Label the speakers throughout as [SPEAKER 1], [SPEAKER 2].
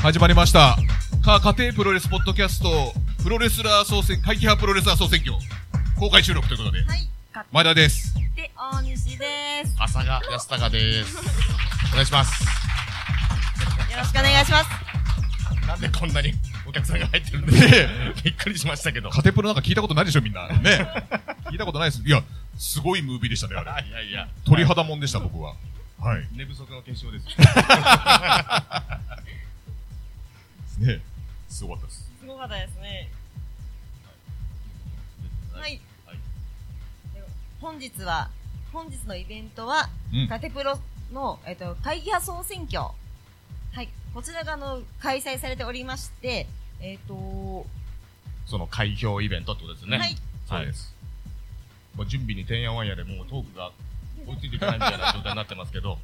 [SPEAKER 1] 始まりました。か、家庭プロレスポッドキャスト、プロレスラー総選、会期派プロレスラー総選挙、公開収録ということで、
[SPEAKER 2] はい。
[SPEAKER 1] 前田です。
[SPEAKER 2] で、大西です。
[SPEAKER 3] 浅賀安隆です。お願いします。
[SPEAKER 2] よろしくお願いします。
[SPEAKER 3] なんでこんなにお客さんが入ってるんで
[SPEAKER 1] ね
[SPEAKER 3] びっくりしましたけど。
[SPEAKER 1] 家庭プロなんか聞いたことないでしょ、みんな。ね。 聞いたことないです。いや、すごいムービーでしたね、あれ。
[SPEAKER 3] いやいや、
[SPEAKER 1] 鳥肌もんでした、僕は。はい。
[SPEAKER 3] 寝不足の結晶です。
[SPEAKER 1] ね。すごかったです。
[SPEAKER 2] すごかったですね。はい。
[SPEAKER 3] はい
[SPEAKER 2] で本日は、本日のイベントは、
[SPEAKER 1] うん。
[SPEAKER 2] カテプロの、えっと、会議派総選挙。はい。こちらが、あの、開催されておりまして、えっ、と、
[SPEAKER 3] その開票イベントってことですよね。
[SPEAKER 2] はい。。
[SPEAKER 1] そうです。
[SPEAKER 3] もう準備にてんやわんやでもうトークが追いついていかないみたいな状態になってますけど、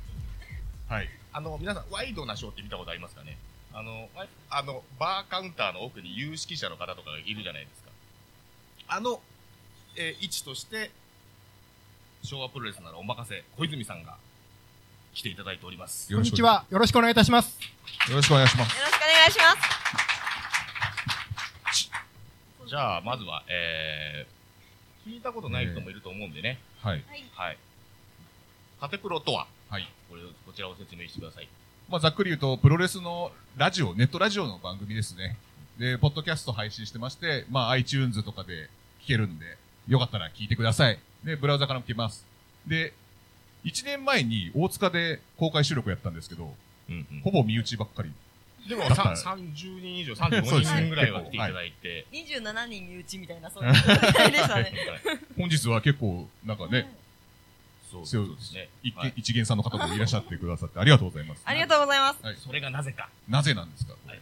[SPEAKER 1] はい。
[SPEAKER 3] あの、皆さん、ワイドなショーって見たことありますかねあの、ワイあの、バーカウンターの奥に有識者の方とかがいるじゃないですか。あの、えー位置として、昭和プロレスならお任せ、小泉さんが来ていただいております。
[SPEAKER 1] よ
[SPEAKER 4] こ
[SPEAKER 1] ろ
[SPEAKER 4] んに
[SPEAKER 1] しく
[SPEAKER 4] ち。は。よろしくお願いいたします。
[SPEAKER 1] よろしくお願いします。
[SPEAKER 2] よろしくお願いします。
[SPEAKER 3] じゃあ、まずは、えー、聞いたことない人もいると思うんでね。
[SPEAKER 1] はい。
[SPEAKER 2] はい。
[SPEAKER 3] はい。カテプロとは
[SPEAKER 1] はい。
[SPEAKER 3] これを、こちらを説明してください。
[SPEAKER 1] まあ、ざっくり言うと、プロレスのラジオ、ネットラジオの番組ですね。で、ポッドキャスト配信してまして、まあ、iTunes とかで聞けるんで、よかったら聞いてください。で、ブラウザからも聞けます。で、1年前に大塚で公開収録やったんですけど、
[SPEAKER 3] うんうん
[SPEAKER 1] ほぼ身内ばっかり。
[SPEAKER 3] でも、
[SPEAKER 1] だから
[SPEAKER 3] さ30人以上、
[SPEAKER 1] そう
[SPEAKER 3] 35
[SPEAKER 1] ですね
[SPEAKER 3] 人ぐらいは来ていただいて、
[SPEAKER 2] 27人身内みたいな、そういう状態でしたね。
[SPEAKER 1] 本日は結構、なんかね、
[SPEAKER 3] そう
[SPEAKER 1] そ
[SPEAKER 3] そううですね。
[SPEAKER 1] 一
[SPEAKER 3] はい
[SPEAKER 1] 見一元さんの方もいらっしゃってくださってありがとうございます。
[SPEAKER 2] ありがとうございます。
[SPEAKER 1] はい。
[SPEAKER 3] それがなぜか。
[SPEAKER 1] なぜなんですかこれ
[SPEAKER 3] はい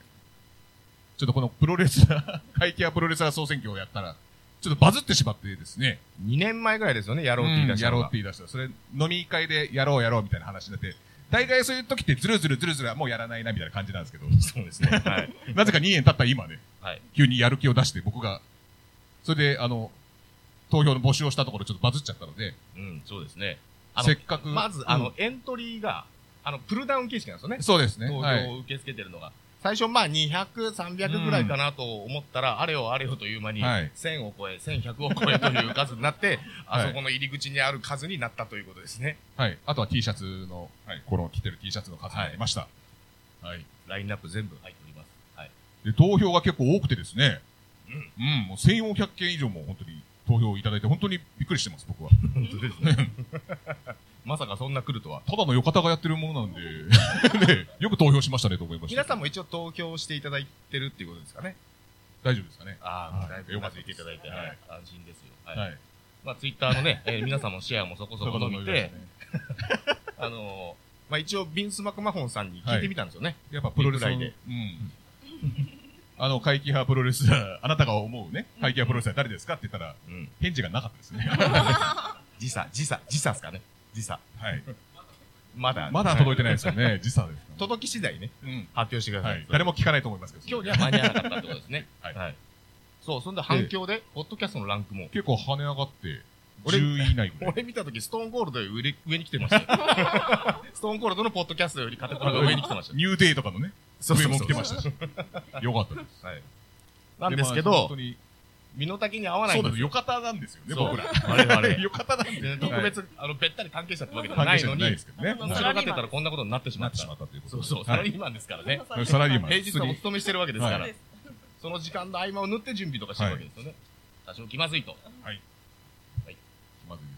[SPEAKER 1] ちょっとこのプロレスラー、会計やプロレスラー総選挙をやったら、ちょっとバズってしまってですね、
[SPEAKER 3] 2年前ぐらいですよね、や
[SPEAKER 1] や
[SPEAKER 3] ろうって言い出した
[SPEAKER 1] やろ
[SPEAKER 3] の
[SPEAKER 1] う
[SPEAKER 3] が
[SPEAKER 1] って言い出した。それ、飲み会でやろうやろうみたいな話になって、大概そういう時ってずるずるずるずるはもうやらないなみたいな感じなん ですけど、
[SPEAKER 3] そうですね。はい。
[SPEAKER 1] なぜか2年経った今ね、
[SPEAKER 3] はい。
[SPEAKER 1] 急にやる気を出して僕が、それで、あの、投票の募集をしたところちょっとバズっちゃったので、
[SPEAKER 3] うん、そうですね。あの
[SPEAKER 1] せっかく。
[SPEAKER 3] まず、あ
[SPEAKER 1] う
[SPEAKER 3] の
[SPEAKER 1] ん、
[SPEAKER 3] エントリーが、あの、プルダウン形式なんですよね。
[SPEAKER 1] そうですね。
[SPEAKER 3] 投
[SPEAKER 1] は
[SPEAKER 3] 票
[SPEAKER 1] い。
[SPEAKER 3] を受け付けてるのが。最初、まあ、200、300ぐらいかなと思ったら、あれよあれよという間に、
[SPEAKER 1] はい
[SPEAKER 3] 1000を超え、1100を超えという数になって、
[SPEAKER 1] はい
[SPEAKER 3] あそこの入り口にある数になったということですね。
[SPEAKER 1] はい。あとは T シャツの、この着てる T シャツの数になりました。はい。
[SPEAKER 3] ラインナップ全部入っており ます。はい。
[SPEAKER 1] で、投票が結構多くてですね。
[SPEAKER 3] う
[SPEAKER 1] うん。もう1400件以上も本当に投票いただいて、本当にびっくりしてます、僕は。
[SPEAKER 3] 本当ですね。 まさかそんな来るとは。
[SPEAKER 1] ただのよかたがやってるものなんで、 ね、よく投票しましたねと思いました。
[SPEAKER 3] 皆さんも一応投票していただいてるっていうことですかね。
[SPEAKER 1] 大丈夫ですかね。
[SPEAKER 3] あ
[SPEAKER 1] はい
[SPEAKER 3] あ、だいぶ
[SPEAKER 1] よ
[SPEAKER 3] よ
[SPEAKER 1] か
[SPEAKER 3] か
[SPEAKER 1] っ
[SPEAKER 3] ったた
[SPEAKER 1] で
[SPEAKER 3] い
[SPEAKER 1] す
[SPEAKER 3] ていただいて、
[SPEAKER 1] は
[SPEAKER 3] はいい、安心ですよ。はい。
[SPEAKER 1] はい。
[SPEAKER 3] まあ、ツイッターのね、えー皆さんもシェアもそこそこ伸び
[SPEAKER 1] そういう
[SPEAKER 3] て
[SPEAKER 1] こ、
[SPEAKER 3] あのー、まあ一応、ビンス・マクマホンさんに聞いてみたんですよね。
[SPEAKER 1] やっぱプロレスの
[SPEAKER 3] リプライで
[SPEAKER 1] うん。 あの、怪奇派プロレスラー、あなたが思うね、怪奇派プロレスラー誰ですかって言ったら、
[SPEAKER 3] うん。
[SPEAKER 1] 返事がなかったですね。
[SPEAKER 3] 時差、時差、時差ですかね。時差。
[SPEAKER 1] はい。
[SPEAKER 3] まだ。
[SPEAKER 1] まだ届いてない
[SPEAKER 3] は
[SPEAKER 1] ですよね、時差ですから
[SPEAKER 3] い。
[SPEAKER 1] ね。
[SPEAKER 3] 届き次第ね、
[SPEAKER 1] うん。
[SPEAKER 3] 発表してくださ。
[SPEAKER 1] はいい。誰も聞かないと思いますけど。。
[SPEAKER 3] 今日には間に合わなかったってことですね
[SPEAKER 1] はい
[SPEAKER 3] そう、そんで反響で、ポッドキャストのランクも。
[SPEAKER 1] 結構跳ね上がって、
[SPEAKER 3] 俺
[SPEAKER 1] 10位以内ぐらい。
[SPEAKER 3] 俺見たとき、ストーンゴールドより上に上に来て ましたよ。ストーンゴールドのポッドキャストよりカテゴラが上に来てましたよ。
[SPEAKER 1] ニューデイとかのね、
[SPEAKER 3] そうそうそう
[SPEAKER 1] 上も来てました し。よかったです。
[SPEAKER 3] はい。なんですけ
[SPEAKER 1] まあ本
[SPEAKER 3] ど
[SPEAKER 1] 当、に
[SPEAKER 3] 身の丈に合わない
[SPEAKER 1] そ
[SPEAKER 3] ん
[SPEAKER 1] うで。
[SPEAKER 3] ですすよ。
[SPEAKER 1] よかたなんですよね、
[SPEAKER 3] そう
[SPEAKER 1] 僕ら。
[SPEAKER 3] 我々
[SPEAKER 1] よかたなんですよね。
[SPEAKER 3] 特
[SPEAKER 1] はい
[SPEAKER 3] 別、あの、べったり関係者ってわけでも
[SPEAKER 1] 関
[SPEAKER 3] な
[SPEAKER 1] 係
[SPEAKER 3] い
[SPEAKER 1] 者じゃ
[SPEAKER 3] の
[SPEAKER 1] ない
[SPEAKER 3] に
[SPEAKER 1] です、けどね。
[SPEAKER 2] そ
[SPEAKER 3] 後
[SPEAKER 2] う
[SPEAKER 3] ろ
[SPEAKER 2] そう
[SPEAKER 3] がってたらこんなことになってし
[SPEAKER 1] な
[SPEAKER 3] ま
[SPEAKER 1] っ
[SPEAKER 3] ってた
[SPEAKER 1] し。まったということ
[SPEAKER 3] そう
[SPEAKER 1] で
[SPEAKER 3] そう、サ
[SPEAKER 1] は
[SPEAKER 3] ラ
[SPEAKER 1] い
[SPEAKER 3] リーマンですか らね。
[SPEAKER 1] サラリーマン。
[SPEAKER 3] 平日はお勤めしてるわけですか
[SPEAKER 1] は
[SPEAKER 3] ら
[SPEAKER 1] い、
[SPEAKER 3] その時間の合間を縫って準備とかしてるわけですよね。多少気まずいと。
[SPEAKER 1] まずいで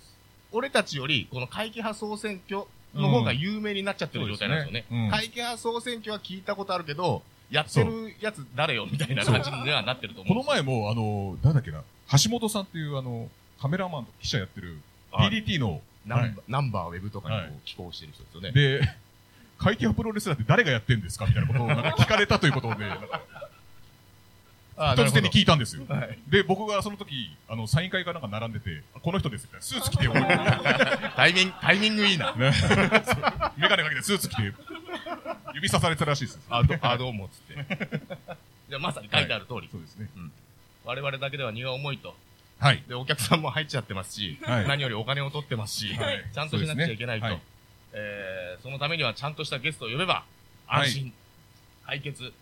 [SPEAKER 1] す。
[SPEAKER 3] 俺たちより、この会期派総選挙の方が有名になっちゃってる状態なんですよね。
[SPEAKER 1] うんうん
[SPEAKER 3] 会期派総選挙は聞いたことあるけど、やってるやつ誰よみたいな感じにはなってると思
[SPEAKER 1] この
[SPEAKER 3] う。
[SPEAKER 1] 前も、あの、なんだっけな、橋本さんっていう、あの、カメラマンと記者やってる、
[SPEAKER 3] はい
[SPEAKER 1] PDT の、
[SPEAKER 3] ナンバ
[SPEAKER 1] は
[SPEAKER 3] ーナンバーウェブとかに
[SPEAKER 1] は
[SPEAKER 3] こう寄稿してる人ですよね。
[SPEAKER 1] で、 会計派プロレスラーって誰がやってんですかみたいなことをなんか聞かれたという ことで、なんか
[SPEAKER 3] あ
[SPEAKER 1] 突然に聞いたんですよ。
[SPEAKER 3] はい
[SPEAKER 1] で、僕がその時、あの、サイン会かなんか並んでて、この人ですみたいな、スーツ 着て、俺、
[SPEAKER 3] タイミング、タイミングいいな。
[SPEAKER 1] ね、メガネかけてスーツ着て、指さされてたらしいです。
[SPEAKER 3] あ、ど、あ、どうも、つって。 じゃあ、まさに書いてある通り
[SPEAKER 1] そ。うですね。
[SPEAKER 3] 我々だけでは荷が重いと。
[SPEAKER 1] はい。
[SPEAKER 3] で、お客さんも入っちゃってますし、
[SPEAKER 1] はい
[SPEAKER 3] 何よりお金を取ってますし、
[SPEAKER 1] はい
[SPEAKER 3] ちゃんとしなくちゃいけないと。
[SPEAKER 1] そうですね
[SPEAKER 3] えー、そのためにはちゃんとしたゲストを呼べば、安心、解決、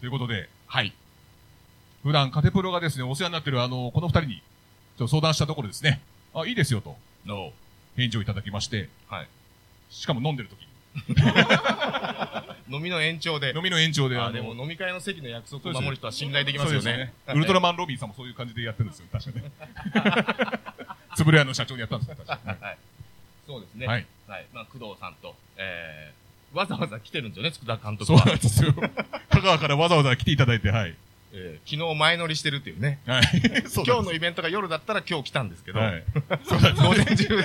[SPEAKER 1] ということで、はい。普段カテプロがですね、お世話になってるあの、この二人に、ちょっと相談したところですね、あ、いいですよと、
[SPEAKER 3] の、
[SPEAKER 1] 返事をいただきまして、
[SPEAKER 3] はい。
[SPEAKER 1] しかも飲んでる時
[SPEAKER 3] 飲みの延長で
[SPEAKER 1] に。飲。みの延長で、
[SPEAKER 3] あ
[SPEAKER 1] の
[SPEAKER 3] でも飲み会の席の約束を守る人は信頼できます
[SPEAKER 1] そう
[SPEAKER 3] よ
[SPEAKER 1] です
[SPEAKER 3] ね。
[SPEAKER 1] ウルトラマンロビンさんもそういう感じでやってるんですよ、確かね。 つぶれ屋の社長にやったんですよ、確か
[SPEAKER 3] はい。そうですね。
[SPEAKER 1] はい。
[SPEAKER 3] はい。まあ、工藤さんと、えー、わざわざ来てるんですよね、佃監督
[SPEAKER 1] そう
[SPEAKER 3] は
[SPEAKER 1] な。んですよ。香川からわざわざ来ていただいて、はい。
[SPEAKER 3] えー昨日前乗りしてるっていうね。
[SPEAKER 1] はい。そう
[SPEAKER 3] 今日の
[SPEAKER 1] イ
[SPEAKER 3] イベントが夜だったら今日来たんですけど、
[SPEAKER 1] はい。
[SPEAKER 3] 午前中、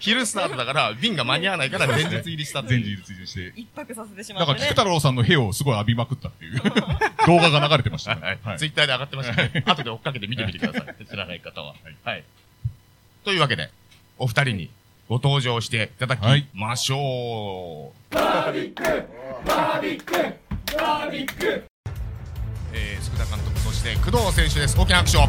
[SPEAKER 3] 昼スタートだから、便が間に合わないから前日入りしたって
[SPEAKER 1] 前
[SPEAKER 3] いう。
[SPEAKER 1] 日追従して。
[SPEAKER 2] 一泊させてしま
[SPEAKER 1] な
[SPEAKER 2] っ
[SPEAKER 1] んか、
[SPEAKER 2] て
[SPEAKER 1] 菊
[SPEAKER 2] ね。
[SPEAKER 1] 太郎さんの屁をすごい浴びまくった っていう動画が流れてましたね。
[SPEAKER 3] は。
[SPEAKER 1] はいい
[SPEAKER 3] ツイッターで上がってましたね。後で追っかけて見てみてください。知らない方は。はい。というわけで、お二人にご登場していただき
[SPEAKER 1] はい
[SPEAKER 3] ましょう。えー、福田監督、そして工藤選手です。大きな拍手を。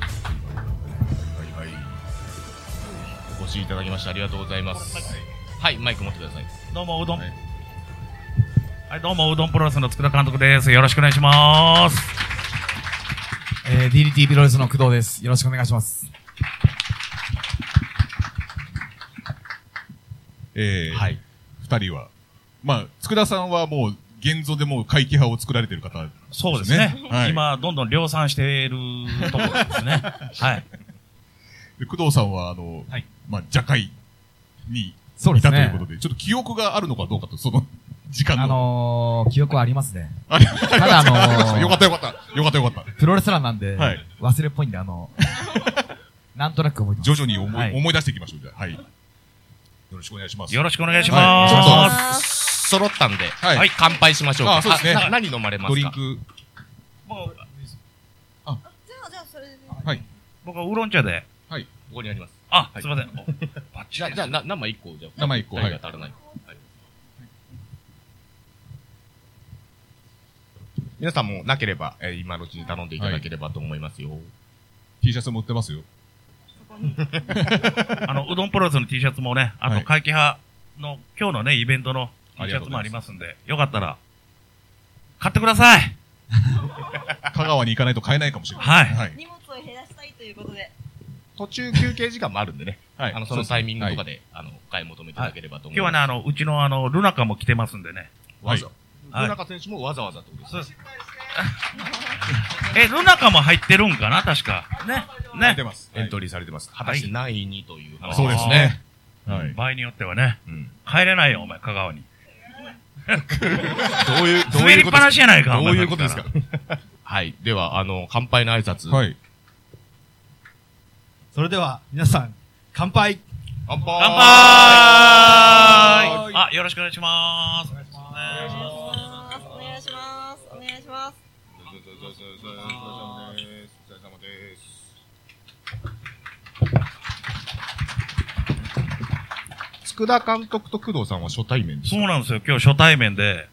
[SPEAKER 3] はいはいお越しいただきましてありがとうございます。はい、マイク持ってください。
[SPEAKER 4] どうもうどん、
[SPEAKER 1] は
[SPEAKER 4] はいい、どうもうどんプロレスの佃監督です。よろしくお願いします。
[SPEAKER 5] えー、DDT プロレスの工藤です。よろしくお願いします。
[SPEAKER 1] えー、
[SPEAKER 5] はい。
[SPEAKER 1] 二人は。まあ、佃さんはもう、現像でもう怪奇派を作られてる方。
[SPEAKER 4] そうですね。
[SPEAKER 1] はい
[SPEAKER 4] 今どんどん量産しているところで すね。はい。
[SPEAKER 1] で工藤さんは、あの、
[SPEAKER 4] はい
[SPEAKER 1] まあ、邪界に
[SPEAKER 5] そう
[SPEAKER 1] い
[SPEAKER 5] で
[SPEAKER 1] た
[SPEAKER 5] す
[SPEAKER 1] とい
[SPEAKER 5] ね
[SPEAKER 1] うことで、ちょっと記憶があるのかどうかと、その、時間の。
[SPEAKER 5] あ のー、記憶はありますね。
[SPEAKER 1] あり
[SPEAKER 5] ただあのー
[SPEAKER 1] よかったよかった。よかったよかった。
[SPEAKER 5] プロレスラーなんで、
[SPEAKER 1] はい
[SPEAKER 5] 忘れっぽいんで、あのー、なんとなく覚えてます。
[SPEAKER 1] 徐々に思い,、
[SPEAKER 5] はい
[SPEAKER 1] 思い出していきましょう。じゃあはい。よろしくお願いします。
[SPEAKER 4] よろしくお願いし
[SPEAKER 1] はい
[SPEAKER 4] ます。
[SPEAKER 1] ちょっと
[SPEAKER 3] 揃ったんで、
[SPEAKER 1] はい
[SPEAKER 3] はい乾杯しましょうか。
[SPEAKER 1] あそうですね
[SPEAKER 3] な何飲まれますか
[SPEAKER 1] ドリンク。
[SPEAKER 4] もう
[SPEAKER 2] じゃあ、じゃあ、それでね。
[SPEAKER 1] はい。
[SPEAKER 4] 僕はウーロン茶で。
[SPEAKER 3] ここにあります。
[SPEAKER 4] あ、
[SPEAKER 3] はい
[SPEAKER 4] すいません。おバッチ
[SPEAKER 3] じゃあ、
[SPEAKER 4] リ
[SPEAKER 3] じゃあ、な生一個じゃあ。
[SPEAKER 1] 生一個
[SPEAKER 3] 二人が足らない。はい皆さんもなければ、えー今のうちに頼んでいただければと思いますよ。
[SPEAKER 1] T シャツも売ってますよ。
[SPEAKER 2] そこに。
[SPEAKER 4] あの、うどんプロレスの T シャツもね、あ
[SPEAKER 1] は
[SPEAKER 4] と
[SPEAKER 1] い
[SPEAKER 4] 会期派の今日のね、イベントの T
[SPEAKER 1] あり
[SPEAKER 4] シ
[SPEAKER 1] が
[SPEAKER 4] ャ
[SPEAKER 1] とう
[SPEAKER 4] ツ
[SPEAKER 1] ござ
[SPEAKER 4] も
[SPEAKER 1] います
[SPEAKER 4] ありますんで、よかったら、買ってください
[SPEAKER 1] 香川に行かないと買えないかもしれない。
[SPEAKER 4] はい
[SPEAKER 1] はい。
[SPEAKER 2] 荷物を減らしたいということで。
[SPEAKER 3] 途中休憩時間もあるんでね、
[SPEAKER 1] はい
[SPEAKER 3] あの、そのタイミングとか
[SPEAKER 1] で。
[SPEAKER 3] で、あの、お買い求めいただければと思
[SPEAKER 4] 今
[SPEAKER 3] い
[SPEAKER 4] 日
[SPEAKER 3] ま
[SPEAKER 4] は
[SPEAKER 3] す。
[SPEAKER 4] ね、あの、うちのあの、ルナカも来てますんでね。
[SPEAKER 1] はい
[SPEAKER 3] わざ。
[SPEAKER 4] はい
[SPEAKER 3] 野中選手もわざわざってことです
[SPEAKER 4] そうです。え、ルナカも入ってるんかな確か。ね。
[SPEAKER 1] はい
[SPEAKER 4] ね
[SPEAKER 1] 出。ます。
[SPEAKER 3] エントリーされてます。果たして何位にという話
[SPEAKER 1] そうですね。はい。
[SPEAKER 4] 場合によってはね。
[SPEAKER 3] うん
[SPEAKER 4] 帰れないよ、お前、香 川に。
[SPEAKER 3] どういう、どう
[SPEAKER 4] 滑
[SPEAKER 3] いう
[SPEAKER 4] りっ
[SPEAKER 3] こと
[SPEAKER 4] ぱなしやないか、
[SPEAKER 3] ど
[SPEAKER 4] お
[SPEAKER 3] う
[SPEAKER 4] 前
[SPEAKER 3] いうことですか
[SPEAKER 4] さっき
[SPEAKER 3] はい。では、あの、乾杯の挨拶。
[SPEAKER 1] はい。
[SPEAKER 6] それでは皆さん乾杯
[SPEAKER 3] 乾杯
[SPEAKER 4] ら乾杯あ、よろしくお願いします。お願いしま。
[SPEAKER 2] お願いします。お願いします。お願いします。
[SPEAKER 3] お疲れ様です。お疲れ様です。佃監督と工藤さんは初対面ですす
[SPEAKER 4] そうなんですよ、今日初対面で。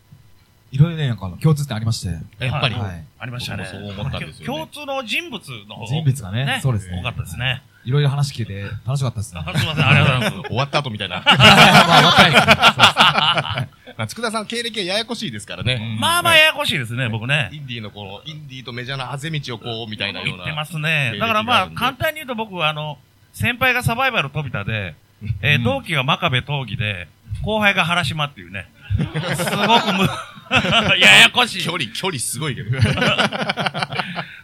[SPEAKER 5] いろいろね、なんかあの共通点ありまして、
[SPEAKER 3] やっぱり。
[SPEAKER 5] は
[SPEAKER 4] ありましたね。
[SPEAKER 3] 僕もそう思ったんですよね
[SPEAKER 4] 共通の人物の方
[SPEAKER 5] 人物がねそうですね
[SPEAKER 4] 多かったですね。
[SPEAKER 5] いろいろ話聞けて楽しかったです ね。
[SPEAKER 4] あすいません、ありが とうございます。
[SPEAKER 3] 終わった後みたいな。
[SPEAKER 5] まあ、若いです
[SPEAKER 3] 佃さん経歴はややこしいですからね。
[SPEAKER 4] まあまあ、ややこしいですね、僕ね。
[SPEAKER 3] インディーのこの、インディーとメジャーのあぜ道をこう、みたいなよう
[SPEAKER 4] 言
[SPEAKER 3] な。。
[SPEAKER 4] ってますすね。だからま
[SPEAKER 3] 経歴があ
[SPEAKER 4] あ、
[SPEAKER 3] るん
[SPEAKER 4] 簡
[SPEAKER 3] で
[SPEAKER 4] 単に言うと僕は、あの、先輩がサバイバル飛 田で、えー
[SPEAKER 1] うん
[SPEAKER 4] 同期が真壁闘技で、後輩が原島っていうね。すごくむ、 ややこしい
[SPEAKER 3] 距。離、距離すごいけど。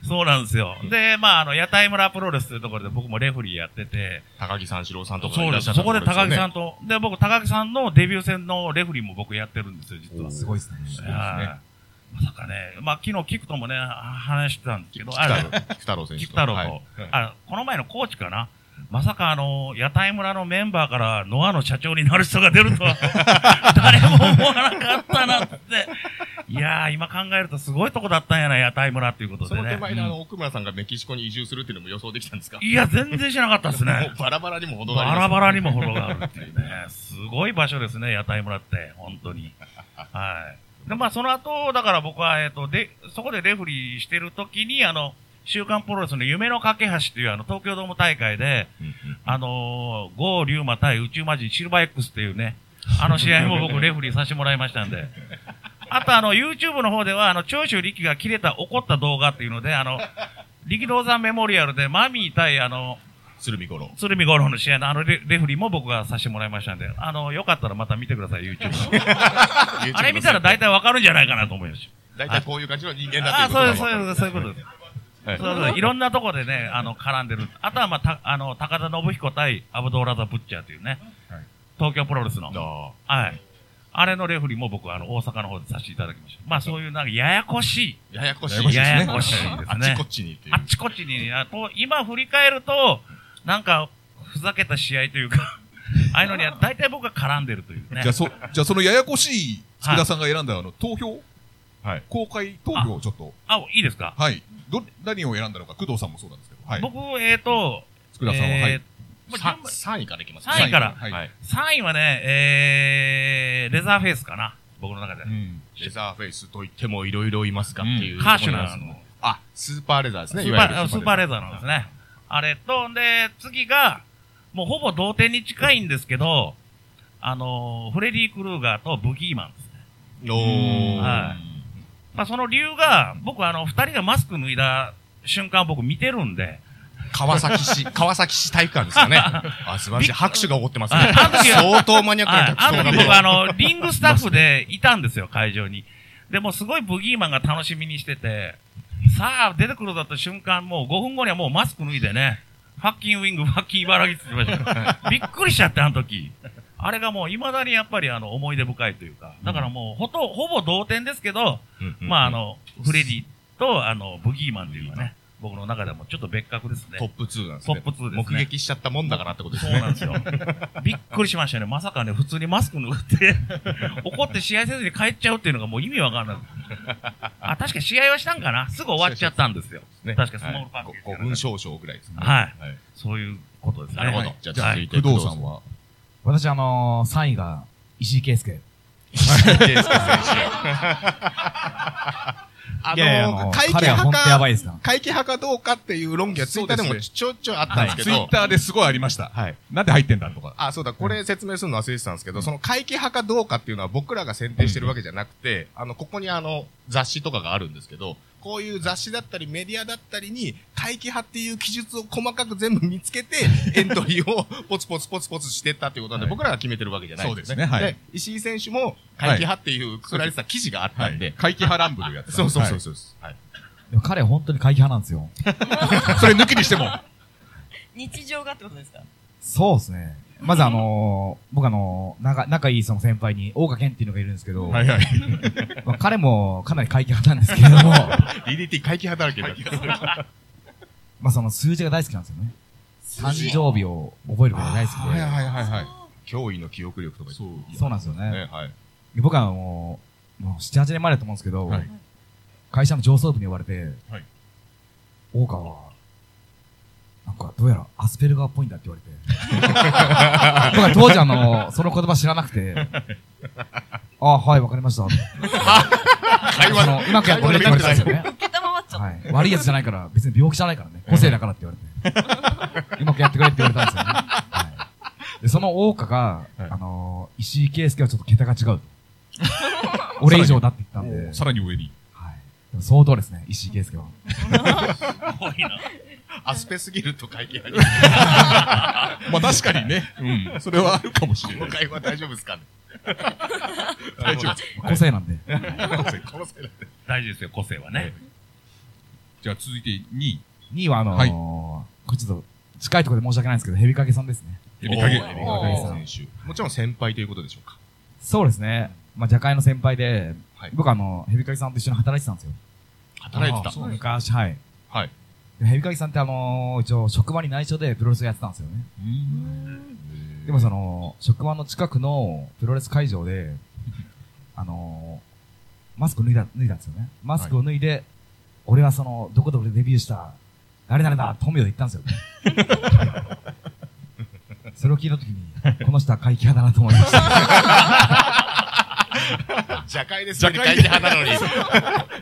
[SPEAKER 4] そうなんですよ。で、まあ、あの、屋台村プロレスというところで僕もレフェリーやってて、
[SPEAKER 3] 高木三四郎さんとか
[SPEAKER 4] そ
[SPEAKER 3] い
[SPEAKER 4] う
[SPEAKER 3] ら
[SPEAKER 4] で
[SPEAKER 3] っしゃっ
[SPEAKER 4] す。
[SPEAKER 3] た
[SPEAKER 4] そ
[SPEAKER 3] と
[SPEAKER 4] こ
[SPEAKER 3] ろ
[SPEAKER 4] です
[SPEAKER 3] よ
[SPEAKER 4] 高
[SPEAKER 3] ね
[SPEAKER 4] 木さんと、で、僕、高木さんのデビュー戦のレフェリーも僕やってるんですよ、実は。
[SPEAKER 5] ね。すごいですね。
[SPEAKER 4] はいまさかね、まあ、昨日、キクともね、話してたんですけど、あれ、
[SPEAKER 3] 菊太郎選手
[SPEAKER 4] 菊太郎と、
[SPEAKER 3] はい
[SPEAKER 4] あこの前のコーチかな、まさかあの屋台村のメンバーからノアの社長になる人が出るとは、 誰も思わなかったなって、いやー、今考えるとすごいとこだったんやな、屋台村っていうこと
[SPEAKER 3] そ
[SPEAKER 4] で
[SPEAKER 3] の手
[SPEAKER 4] ね。
[SPEAKER 3] 前のあの、奥村さんがメキシコに移住するっていうのも予想できたんですか
[SPEAKER 4] いや、全然知らなかったです
[SPEAKER 3] も
[SPEAKER 4] ね
[SPEAKER 3] う。バラバラにも程があ
[SPEAKER 4] バ
[SPEAKER 3] ります
[SPEAKER 4] ラバラにも程があるっていうね、すごい場所ですね、屋台村って、本当に。はい。で、まあ、その後、だから僕は、えっ、と、で、そこでレフェリーしてる時に、あの、週刊プロレスの夢の架け橋っていう、あの、東京ドーム大会で、
[SPEAKER 3] うんうん
[SPEAKER 4] あのー、ゴー・リュウマ対宇宙魔人シルバー X っていうね、あの試合も僕レフェリーさせてもらいましたんで。あとあの YouTube の方ではあの長州力が切れた怒った動画っていうのであの力道山メモリアルでマミー対あの
[SPEAKER 3] 鶴見五郎。
[SPEAKER 4] 鶴見五郎の試合のあのレレフェリーも僕がさせてもらいましたんで、あの、よかったらまた見てください、YouTube。あれ見たら大体わかるんじゃないかなと思います。
[SPEAKER 3] 大体こういう感じの人間だ
[SPEAKER 4] あ
[SPEAKER 3] っ
[SPEAKER 4] あ、
[SPEAKER 3] ていうこと
[SPEAKER 4] そう
[SPEAKER 3] が
[SPEAKER 4] で
[SPEAKER 3] 分
[SPEAKER 4] す、
[SPEAKER 3] かる
[SPEAKER 4] そうです、そういうことです。
[SPEAKER 3] はい
[SPEAKER 4] そうそういろんなところでね、あの、絡んでる。あとは、まあ、たあの、高田信彦対アブドーラザ・ブッチャーというね、
[SPEAKER 1] はい
[SPEAKER 4] 東京プロレスの、
[SPEAKER 3] あ
[SPEAKER 4] はい。あれのレフリーも僕、あの、大阪の方でさせていただきました。まあ、そういう、なんか、ややこし
[SPEAKER 3] ーややこしい
[SPEAKER 1] ややこ
[SPEAKER 4] い、
[SPEAKER 1] しいです
[SPEAKER 4] や
[SPEAKER 1] ね
[SPEAKER 4] やこしいで
[SPEAKER 3] あ
[SPEAKER 4] すね。
[SPEAKER 3] っちこっちにっていう
[SPEAKER 4] あ。っちこっちに、あと今振り返ると、なんか、ふざけた試合というか、 ああいうのには大体僕が絡んでるというね
[SPEAKER 1] じゃあ、。そ、じゃあそのややこしい、佃さんが選んだあの、投票
[SPEAKER 3] はい。
[SPEAKER 1] 公開投票をちょっと。
[SPEAKER 4] あ、いいですか、
[SPEAKER 1] はい。ど、何を選んだのか、工藤さんもそうなんですけど。はい。
[SPEAKER 4] 僕、えっ、と、
[SPEAKER 1] 佃さんは、は
[SPEAKER 4] え
[SPEAKER 1] い。
[SPEAKER 4] ーまあ順番
[SPEAKER 3] 3位からいきます
[SPEAKER 4] さ三位から
[SPEAKER 1] は。
[SPEAKER 3] はいい。
[SPEAKER 4] 3位はね、えー、レザーフェイスかな。僕の中で
[SPEAKER 1] う。ん。
[SPEAKER 3] レザーフェイスといってもいろいろいますかっていう。
[SPEAKER 4] カーシュナーの。
[SPEAKER 3] あ、スーパーレザーです
[SPEAKER 4] ス
[SPEAKER 3] ね。
[SPEAKER 4] ーパー
[SPEAKER 3] いわゆる
[SPEAKER 4] スーパーレザーなんですね。あれと、んで、次が、もうほぼ同点に近いんですけど、あのー、フレディ・クルーガーとブギーマンですね。
[SPEAKER 3] おー。
[SPEAKER 4] はまあ、その理由が、僕あの、二人がマスク脱いだ瞬間を僕見てるんで、
[SPEAKER 3] 川崎市、川崎市体育館ですよね。あ、素晴らしい。
[SPEAKER 4] びっ
[SPEAKER 3] 拍手が起こってます
[SPEAKER 4] あ
[SPEAKER 3] ね。
[SPEAKER 4] あの時は
[SPEAKER 3] 相当マニアック
[SPEAKER 4] はい
[SPEAKER 3] な
[SPEAKER 4] あ
[SPEAKER 3] 客層
[SPEAKER 4] の
[SPEAKER 3] が
[SPEAKER 4] 時
[SPEAKER 3] ね
[SPEAKER 4] 僕あの、リングスタッフでいたんですよ、会場に。でもうすごいブギーマンが楽しみにしてて、さあ、出てくるだった瞬間、もう5分後にはもうマスク脱いでね、ファッキンウィング、ファッキン茨城って言ってましたよ。びっくりしちゃって、あの時。あれがもう未だにやっぱりあの思い出深いというか、だからもうほと、ほぼ同点ですけど、
[SPEAKER 3] うん
[SPEAKER 4] まああの、フレディとあの、ブギーマンっていうのはね、僕の中でもちょっと別格ですね。
[SPEAKER 3] トップ2なんですね。
[SPEAKER 4] トップ2ですね
[SPEAKER 3] 目撃しちゃったもんだからってことです
[SPEAKER 4] そう
[SPEAKER 3] ね。
[SPEAKER 4] なんですよ。びっくりしましたね。まさかね、普通にマスク脱って、 怒って試合せずに帰っちゃうっていうのがもう意味わかんない。あ、確か試合はしたんかなすぐ終わっちゃったんですよ。
[SPEAKER 3] ね
[SPEAKER 4] 確かスモールパッケージ
[SPEAKER 3] はいご5分少々ぐらいですね。
[SPEAKER 4] はい
[SPEAKER 3] はい。
[SPEAKER 4] そういうことですね。
[SPEAKER 3] なるほど
[SPEAKER 4] はい。
[SPEAKER 3] じゃあ続いて。
[SPEAKER 1] 工藤さんは、
[SPEAKER 5] 私、あのー、3位が石井圭介。
[SPEAKER 3] あ
[SPEAKER 5] いやいや、
[SPEAKER 3] の
[SPEAKER 5] もう、
[SPEAKER 3] 会期
[SPEAKER 5] 彼は
[SPEAKER 3] 派
[SPEAKER 5] 本当やば
[SPEAKER 3] か、
[SPEAKER 5] いですから。
[SPEAKER 3] 会期派かどうかっていう論議はツイッターで
[SPEAKER 1] そう
[SPEAKER 3] も
[SPEAKER 1] です
[SPEAKER 3] ちょいちょいあったんですけ
[SPEAKER 1] ツイッ
[SPEAKER 3] ど、
[SPEAKER 1] ターですごいありました。
[SPEAKER 3] はい。
[SPEAKER 1] なんで入ってんだとか。
[SPEAKER 3] あ、そうだ、これ説明するの忘れてたんですけど、その会期派かどうかっていうのは僕らが選定してるわけじゃなくて、あの、ここにあの、雑誌とかがあるんですけど、こういう雑誌だったりメディアだったりに、会期派っていう記述を細かく全部見つけて、 エントリーをポツポツポツポツしてったっていうことなんで、
[SPEAKER 1] はい
[SPEAKER 3] 僕らが決めてるわけじゃないん
[SPEAKER 1] そうですねはい
[SPEAKER 3] で、石井選手も会期派っていうくくられてた記事があった
[SPEAKER 1] は
[SPEAKER 3] ん
[SPEAKER 1] い。
[SPEAKER 3] で、
[SPEAKER 1] 怪奇派ランブルやってた
[SPEAKER 3] そうそうそうそう。はい
[SPEAKER 5] でも彼は本当に会議派なんですよ。
[SPEAKER 1] はいそれ抜きにしても。
[SPEAKER 2] 日常がってことですか
[SPEAKER 5] そうですね。まずあのー、僕あのー、仲、仲いいその先輩に、大賀健っていうのがいるんですけど、
[SPEAKER 1] はいはい。
[SPEAKER 5] まあ彼もかなり会議派なんですけ れども、
[SPEAKER 3] DDT 会期派だらけだった。
[SPEAKER 5] まあその数字が大好きなんですよね。誕生日を覚えることが大好き
[SPEAKER 1] はいはいはいはい。
[SPEAKER 3] 驚異の記憶力とか言って
[SPEAKER 5] で、そうなんですよね。
[SPEAKER 3] ね、はい。
[SPEAKER 5] で僕はもう、もう7、8年前だと思うんですけど、
[SPEAKER 1] はい
[SPEAKER 5] 会社の上層部に呼ばれて、
[SPEAKER 1] はい
[SPEAKER 5] 大川は、なんかどうやらアスペルガーっぽいんだって言われて。僕は当時あの、その言葉知らな くて、ああ、はい、わかりました。
[SPEAKER 3] 会
[SPEAKER 5] そのうまくやってくれって言われたんですよね。
[SPEAKER 2] 受けたままっちゃっ
[SPEAKER 5] はい。悪いやつじゃないから、別に病気じゃないからね。個性だからって言われて。うまくやってくれって言われたんですよね。はい、で、その大岡が、
[SPEAKER 1] はい
[SPEAKER 5] あのー石井圭介はちょっと桁が違うと。俺以上だって言ったんで。
[SPEAKER 1] さらに上 に。
[SPEAKER 5] はい。でも相当ですね、石井圭介は。
[SPEAKER 4] 多いな。
[SPEAKER 3] アスペすぎると会計あり
[SPEAKER 1] まあ確かにね。うん。それはあるかもしれな
[SPEAKER 3] 今
[SPEAKER 1] い。
[SPEAKER 3] 回は大丈夫ですかね
[SPEAKER 1] 大丈夫
[SPEAKER 5] 個性なんで。
[SPEAKER 3] この際だって
[SPEAKER 4] 大事ですよ、個性はね。
[SPEAKER 1] じゃあ続いて2位。
[SPEAKER 5] 2位はあのー
[SPEAKER 1] はい
[SPEAKER 5] これちょっと、近いところで申し訳ないんですけど、ヘビカゲさんですね。
[SPEAKER 1] エビカゲ
[SPEAKER 3] おーエビ
[SPEAKER 2] お
[SPEAKER 3] カ
[SPEAKER 5] ー
[SPEAKER 3] ゲ選手。もちろん先輩ということでしょうか。
[SPEAKER 5] そうですね。まあ、社会の先輩で、
[SPEAKER 3] はい
[SPEAKER 5] 僕あの、ヘビカゲさんと一緒に働いてたんですよ。
[SPEAKER 3] 働いて
[SPEAKER 1] あー
[SPEAKER 3] た。
[SPEAKER 1] そうですか
[SPEAKER 5] 昔、はい。
[SPEAKER 3] はい。
[SPEAKER 5] でヘビカゲさんってあのー一応、職場に内緒でプロレスをやってたんですよね。でもその、職場の近くのプロレス会 場で、あのーマスク脱いだ、脱いだんですよね。マスクを脱いで、俺はその、どこどこでデビューした、誰々だ、トミオで言っ たんですよ。それを聞いたときに、この人は怪奇派だなと思いま した。
[SPEAKER 3] 社会ですより会計派なのに。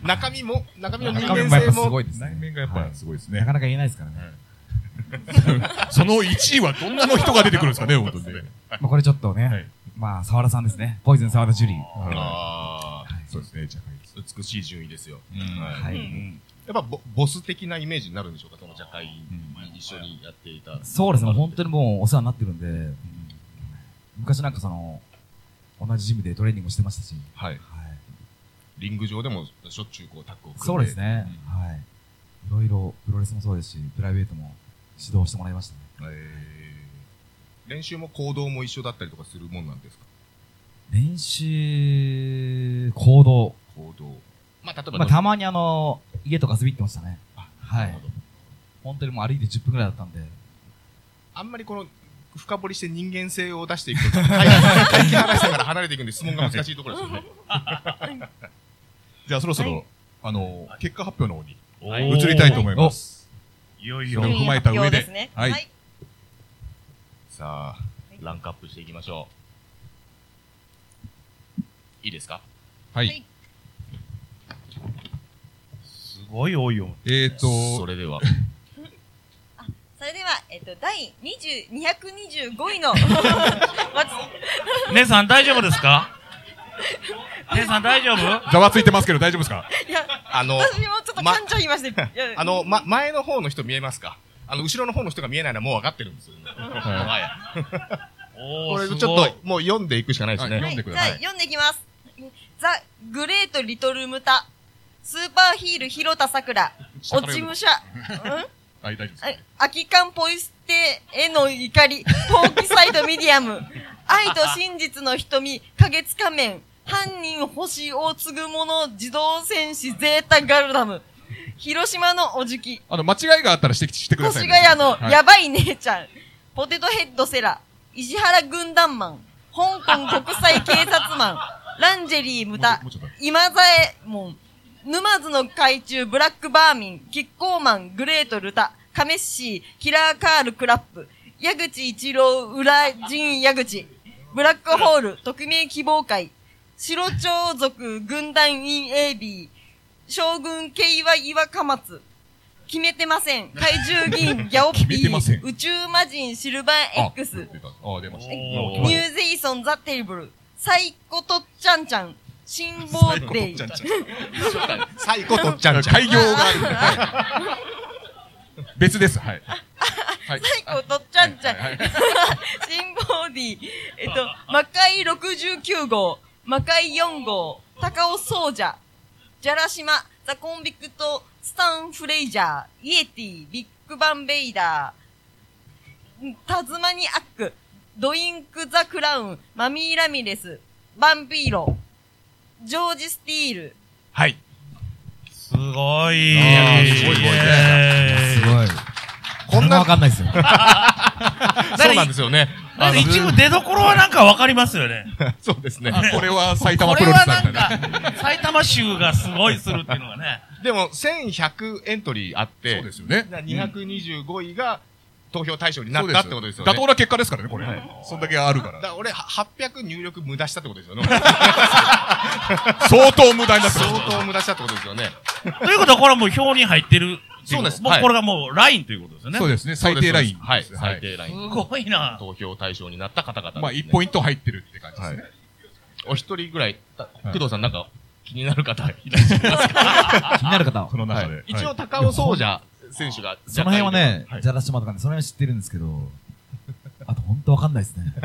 [SPEAKER 3] 中身も、中身の人
[SPEAKER 5] 中身も
[SPEAKER 3] 間
[SPEAKER 5] やっ
[SPEAKER 3] 性
[SPEAKER 5] ぱすご
[SPEAKER 3] も。
[SPEAKER 5] いです
[SPEAKER 1] 内
[SPEAKER 5] ね。
[SPEAKER 1] 面がやっぱすごいですね。
[SPEAKER 5] なかなか言えないですからね。
[SPEAKER 1] その1位はどんなの人が出てくるんですかね、本当にね。
[SPEAKER 5] まあこれちょっとね、
[SPEAKER 1] はい
[SPEAKER 5] まあ、沢田さんですね。ポイズン沢田樹里。
[SPEAKER 3] ああ、
[SPEAKER 1] そうですね、じゃあ、はいです。
[SPEAKER 3] 美しい順位ですよ。
[SPEAKER 1] うん
[SPEAKER 3] はい
[SPEAKER 5] は
[SPEAKER 2] う
[SPEAKER 5] い。
[SPEAKER 2] ん
[SPEAKER 3] やっぱボボス的なイメージになるんでしょうか、その若干一緒にやっていた。
[SPEAKER 5] そうですね、本当にもうお世話になってるんで、昔なんかその、同じジムでトレーニングもしてましたし、
[SPEAKER 3] はい。
[SPEAKER 5] はい。
[SPEAKER 3] リング上でもしょっちゅうこうタッグを組んで。
[SPEAKER 5] そうですね、
[SPEAKER 3] うん
[SPEAKER 5] はい。いろいろ、プロレスもそうですし、プライベートも指導してもらいましたね。
[SPEAKER 3] えー練習も行動も一緒だったりとかするもんなんですか
[SPEAKER 5] 練習、行動。
[SPEAKER 3] 行動。まあ、例えば、
[SPEAKER 5] まあ、たまにあの、家とか遊びに行ってましたね。は
[SPEAKER 3] なる
[SPEAKER 5] い
[SPEAKER 3] ほ。ど
[SPEAKER 5] 本当にもう歩いて10分くらいだったんで。
[SPEAKER 3] あんまりこの、深掘りして人間性を出していくと、大気な話だから離れていくんで質問が難しいところですよね。
[SPEAKER 1] じゃあ、そろそ
[SPEAKER 2] は
[SPEAKER 1] ろ、あの、結果発表の方に
[SPEAKER 4] おー
[SPEAKER 1] 移りたいと思います。
[SPEAKER 4] いよい
[SPEAKER 1] そ
[SPEAKER 4] よ
[SPEAKER 1] れを。踏まえた上で
[SPEAKER 2] 順位発表すね
[SPEAKER 1] は
[SPEAKER 2] はいい。
[SPEAKER 3] さあ、ランクアップしていきましょう。いいですか
[SPEAKER 1] はい
[SPEAKER 2] い。
[SPEAKER 4] すごい多いよ。
[SPEAKER 1] えっと、
[SPEAKER 3] それでは、
[SPEAKER 2] それでは、えっと、第20 225位の、 松
[SPEAKER 4] 姉さん大丈夫ですか姉さん大丈夫
[SPEAKER 1] ざわついてますけど大丈夫ですか
[SPEAKER 2] いや、
[SPEAKER 3] あの、
[SPEAKER 2] 私もちょっと感情言いまして、いや
[SPEAKER 3] あ、の、ま、前の方の人見えますかあの、後ろの方の人が見えないのはもう分かってるんですよ、ね。はい
[SPEAKER 4] お
[SPEAKER 3] これ
[SPEAKER 4] ー、
[SPEAKER 3] ちょ
[SPEAKER 4] す
[SPEAKER 3] っと
[SPEAKER 4] ごい。、
[SPEAKER 3] もう読んでいくしかないですね。
[SPEAKER 1] は
[SPEAKER 2] は
[SPEAKER 1] 読んで
[SPEAKER 2] い、じ
[SPEAKER 1] く
[SPEAKER 2] ゃ
[SPEAKER 1] ださ
[SPEAKER 2] あ
[SPEAKER 1] い
[SPEAKER 2] 読んできます。ザ・グレート・リトル・ムタ、スーパーヒール・広田さくら、
[SPEAKER 1] 下から読
[SPEAKER 2] 落ち
[SPEAKER 1] む
[SPEAKER 2] 武者、うん
[SPEAKER 1] はい、大丈夫です
[SPEAKER 2] あ空き缶ポイ捨てへの怒り、ポーキサイドミディアム、 愛と真実の瞳、影つかめん、犯人星を継ぐ者、自動戦士ゼータガルダム、広島のおじき、
[SPEAKER 1] あの、間違いがあったら指摘してください
[SPEAKER 2] 越
[SPEAKER 1] ね。
[SPEAKER 2] 谷の
[SPEAKER 1] はい
[SPEAKER 2] やばい姉ちゃん、ポテトヘッドセラ、石原軍団マン、香港国際警察マン、 ランジェリームタ
[SPEAKER 1] もうちょっともう、
[SPEAKER 2] 今左衛門、沼津の海中ブラックバーミン、キッコーマン、グレートルタ、カメッシー、キラーカールクラップ、矢口一郎、裏陣矢口、ブラックホール、匿名希望会、白鳥族軍団員 AB、将軍 KY 岩か松、決めてませ ん。怪獣議員、ギャオッ
[SPEAKER 1] 決めて
[SPEAKER 2] ピ
[SPEAKER 1] ません
[SPEAKER 2] ー、宇宙魔人、シルバー
[SPEAKER 1] あ
[SPEAKER 2] X、ニ
[SPEAKER 1] 出たあ、出ました。
[SPEAKER 4] お
[SPEAKER 2] ュ
[SPEAKER 4] ー
[SPEAKER 2] ーゼイソン、ザ・テーブル、サイコトッチャンチャン、シンボーデイ、
[SPEAKER 3] サイコとっちゃんちゃん。
[SPEAKER 1] 開業があるんで はい。別です。はい。はい。
[SPEAKER 2] 最後、とっちゃんちゃん。
[SPEAKER 1] はいはい
[SPEAKER 2] シンボーディ。えっと、魔界69号、魔界4号、高尾総者、ジャラシマ、ザ・コンビクト、スタン・フレイジャー、イエティ、ビッグバン・ベイダー、んタズマニアック、ドインク・ザ・クラウン、マミー・ラミレス、バンピーロ、ジョージ・スティール、
[SPEAKER 3] はい。
[SPEAKER 4] すごい。
[SPEAKER 1] あーすごいすごい
[SPEAKER 4] イエーイ
[SPEAKER 5] ごい。こんなわかんないですよ。
[SPEAKER 3] そうなんですよね。
[SPEAKER 4] なんか一部出所はなんかわかりますよね。
[SPEAKER 3] そうですね。
[SPEAKER 1] これは埼玉
[SPEAKER 4] こ
[SPEAKER 1] プ
[SPEAKER 4] れ
[SPEAKER 1] ロレ
[SPEAKER 4] は
[SPEAKER 1] ス
[SPEAKER 4] な
[SPEAKER 1] なん
[SPEAKER 4] ん
[SPEAKER 1] だね。
[SPEAKER 4] か、埼玉州がすごいするっていうのがね。
[SPEAKER 3] でも、1100エントリーあって、
[SPEAKER 1] そうですよね。
[SPEAKER 3] 225位が投票対象にな
[SPEAKER 1] そう
[SPEAKER 3] ったってことですよね。
[SPEAKER 1] 妥当な結果ですからね、これ。そんだけあるか
[SPEAKER 3] だ
[SPEAKER 1] ら。
[SPEAKER 3] から俺、は800入力無駄したってことですよね。
[SPEAKER 1] 相当無駄になってます
[SPEAKER 3] 相当無駄したってことですよね。
[SPEAKER 4] ということは、これはもう表に入ってるって
[SPEAKER 3] そ
[SPEAKER 4] いこ
[SPEAKER 3] う
[SPEAKER 4] と。
[SPEAKER 3] です
[SPEAKER 4] もう
[SPEAKER 3] はい
[SPEAKER 4] これがもうラインということですよね。
[SPEAKER 1] そうですね、最低ライン。
[SPEAKER 3] はい、
[SPEAKER 1] は
[SPEAKER 3] 最
[SPEAKER 1] い。
[SPEAKER 3] 低ライン。
[SPEAKER 4] すごいな。
[SPEAKER 3] 投票対象になった方々ですね。
[SPEAKER 1] まあ、1ポイント入ってるって感じですね。
[SPEAKER 3] お一人ぐらい、た
[SPEAKER 1] い
[SPEAKER 3] 工藤さんなんか気になる方いらっしゃいますか
[SPEAKER 5] 気になる方は
[SPEAKER 1] こ。の中で。
[SPEAKER 3] 一応、高尾総者選手が。
[SPEAKER 5] その辺はね
[SPEAKER 3] はい、
[SPEAKER 5] じゃらしまとかね、その辺は知ってるんですけど、あと本当わかんないですね。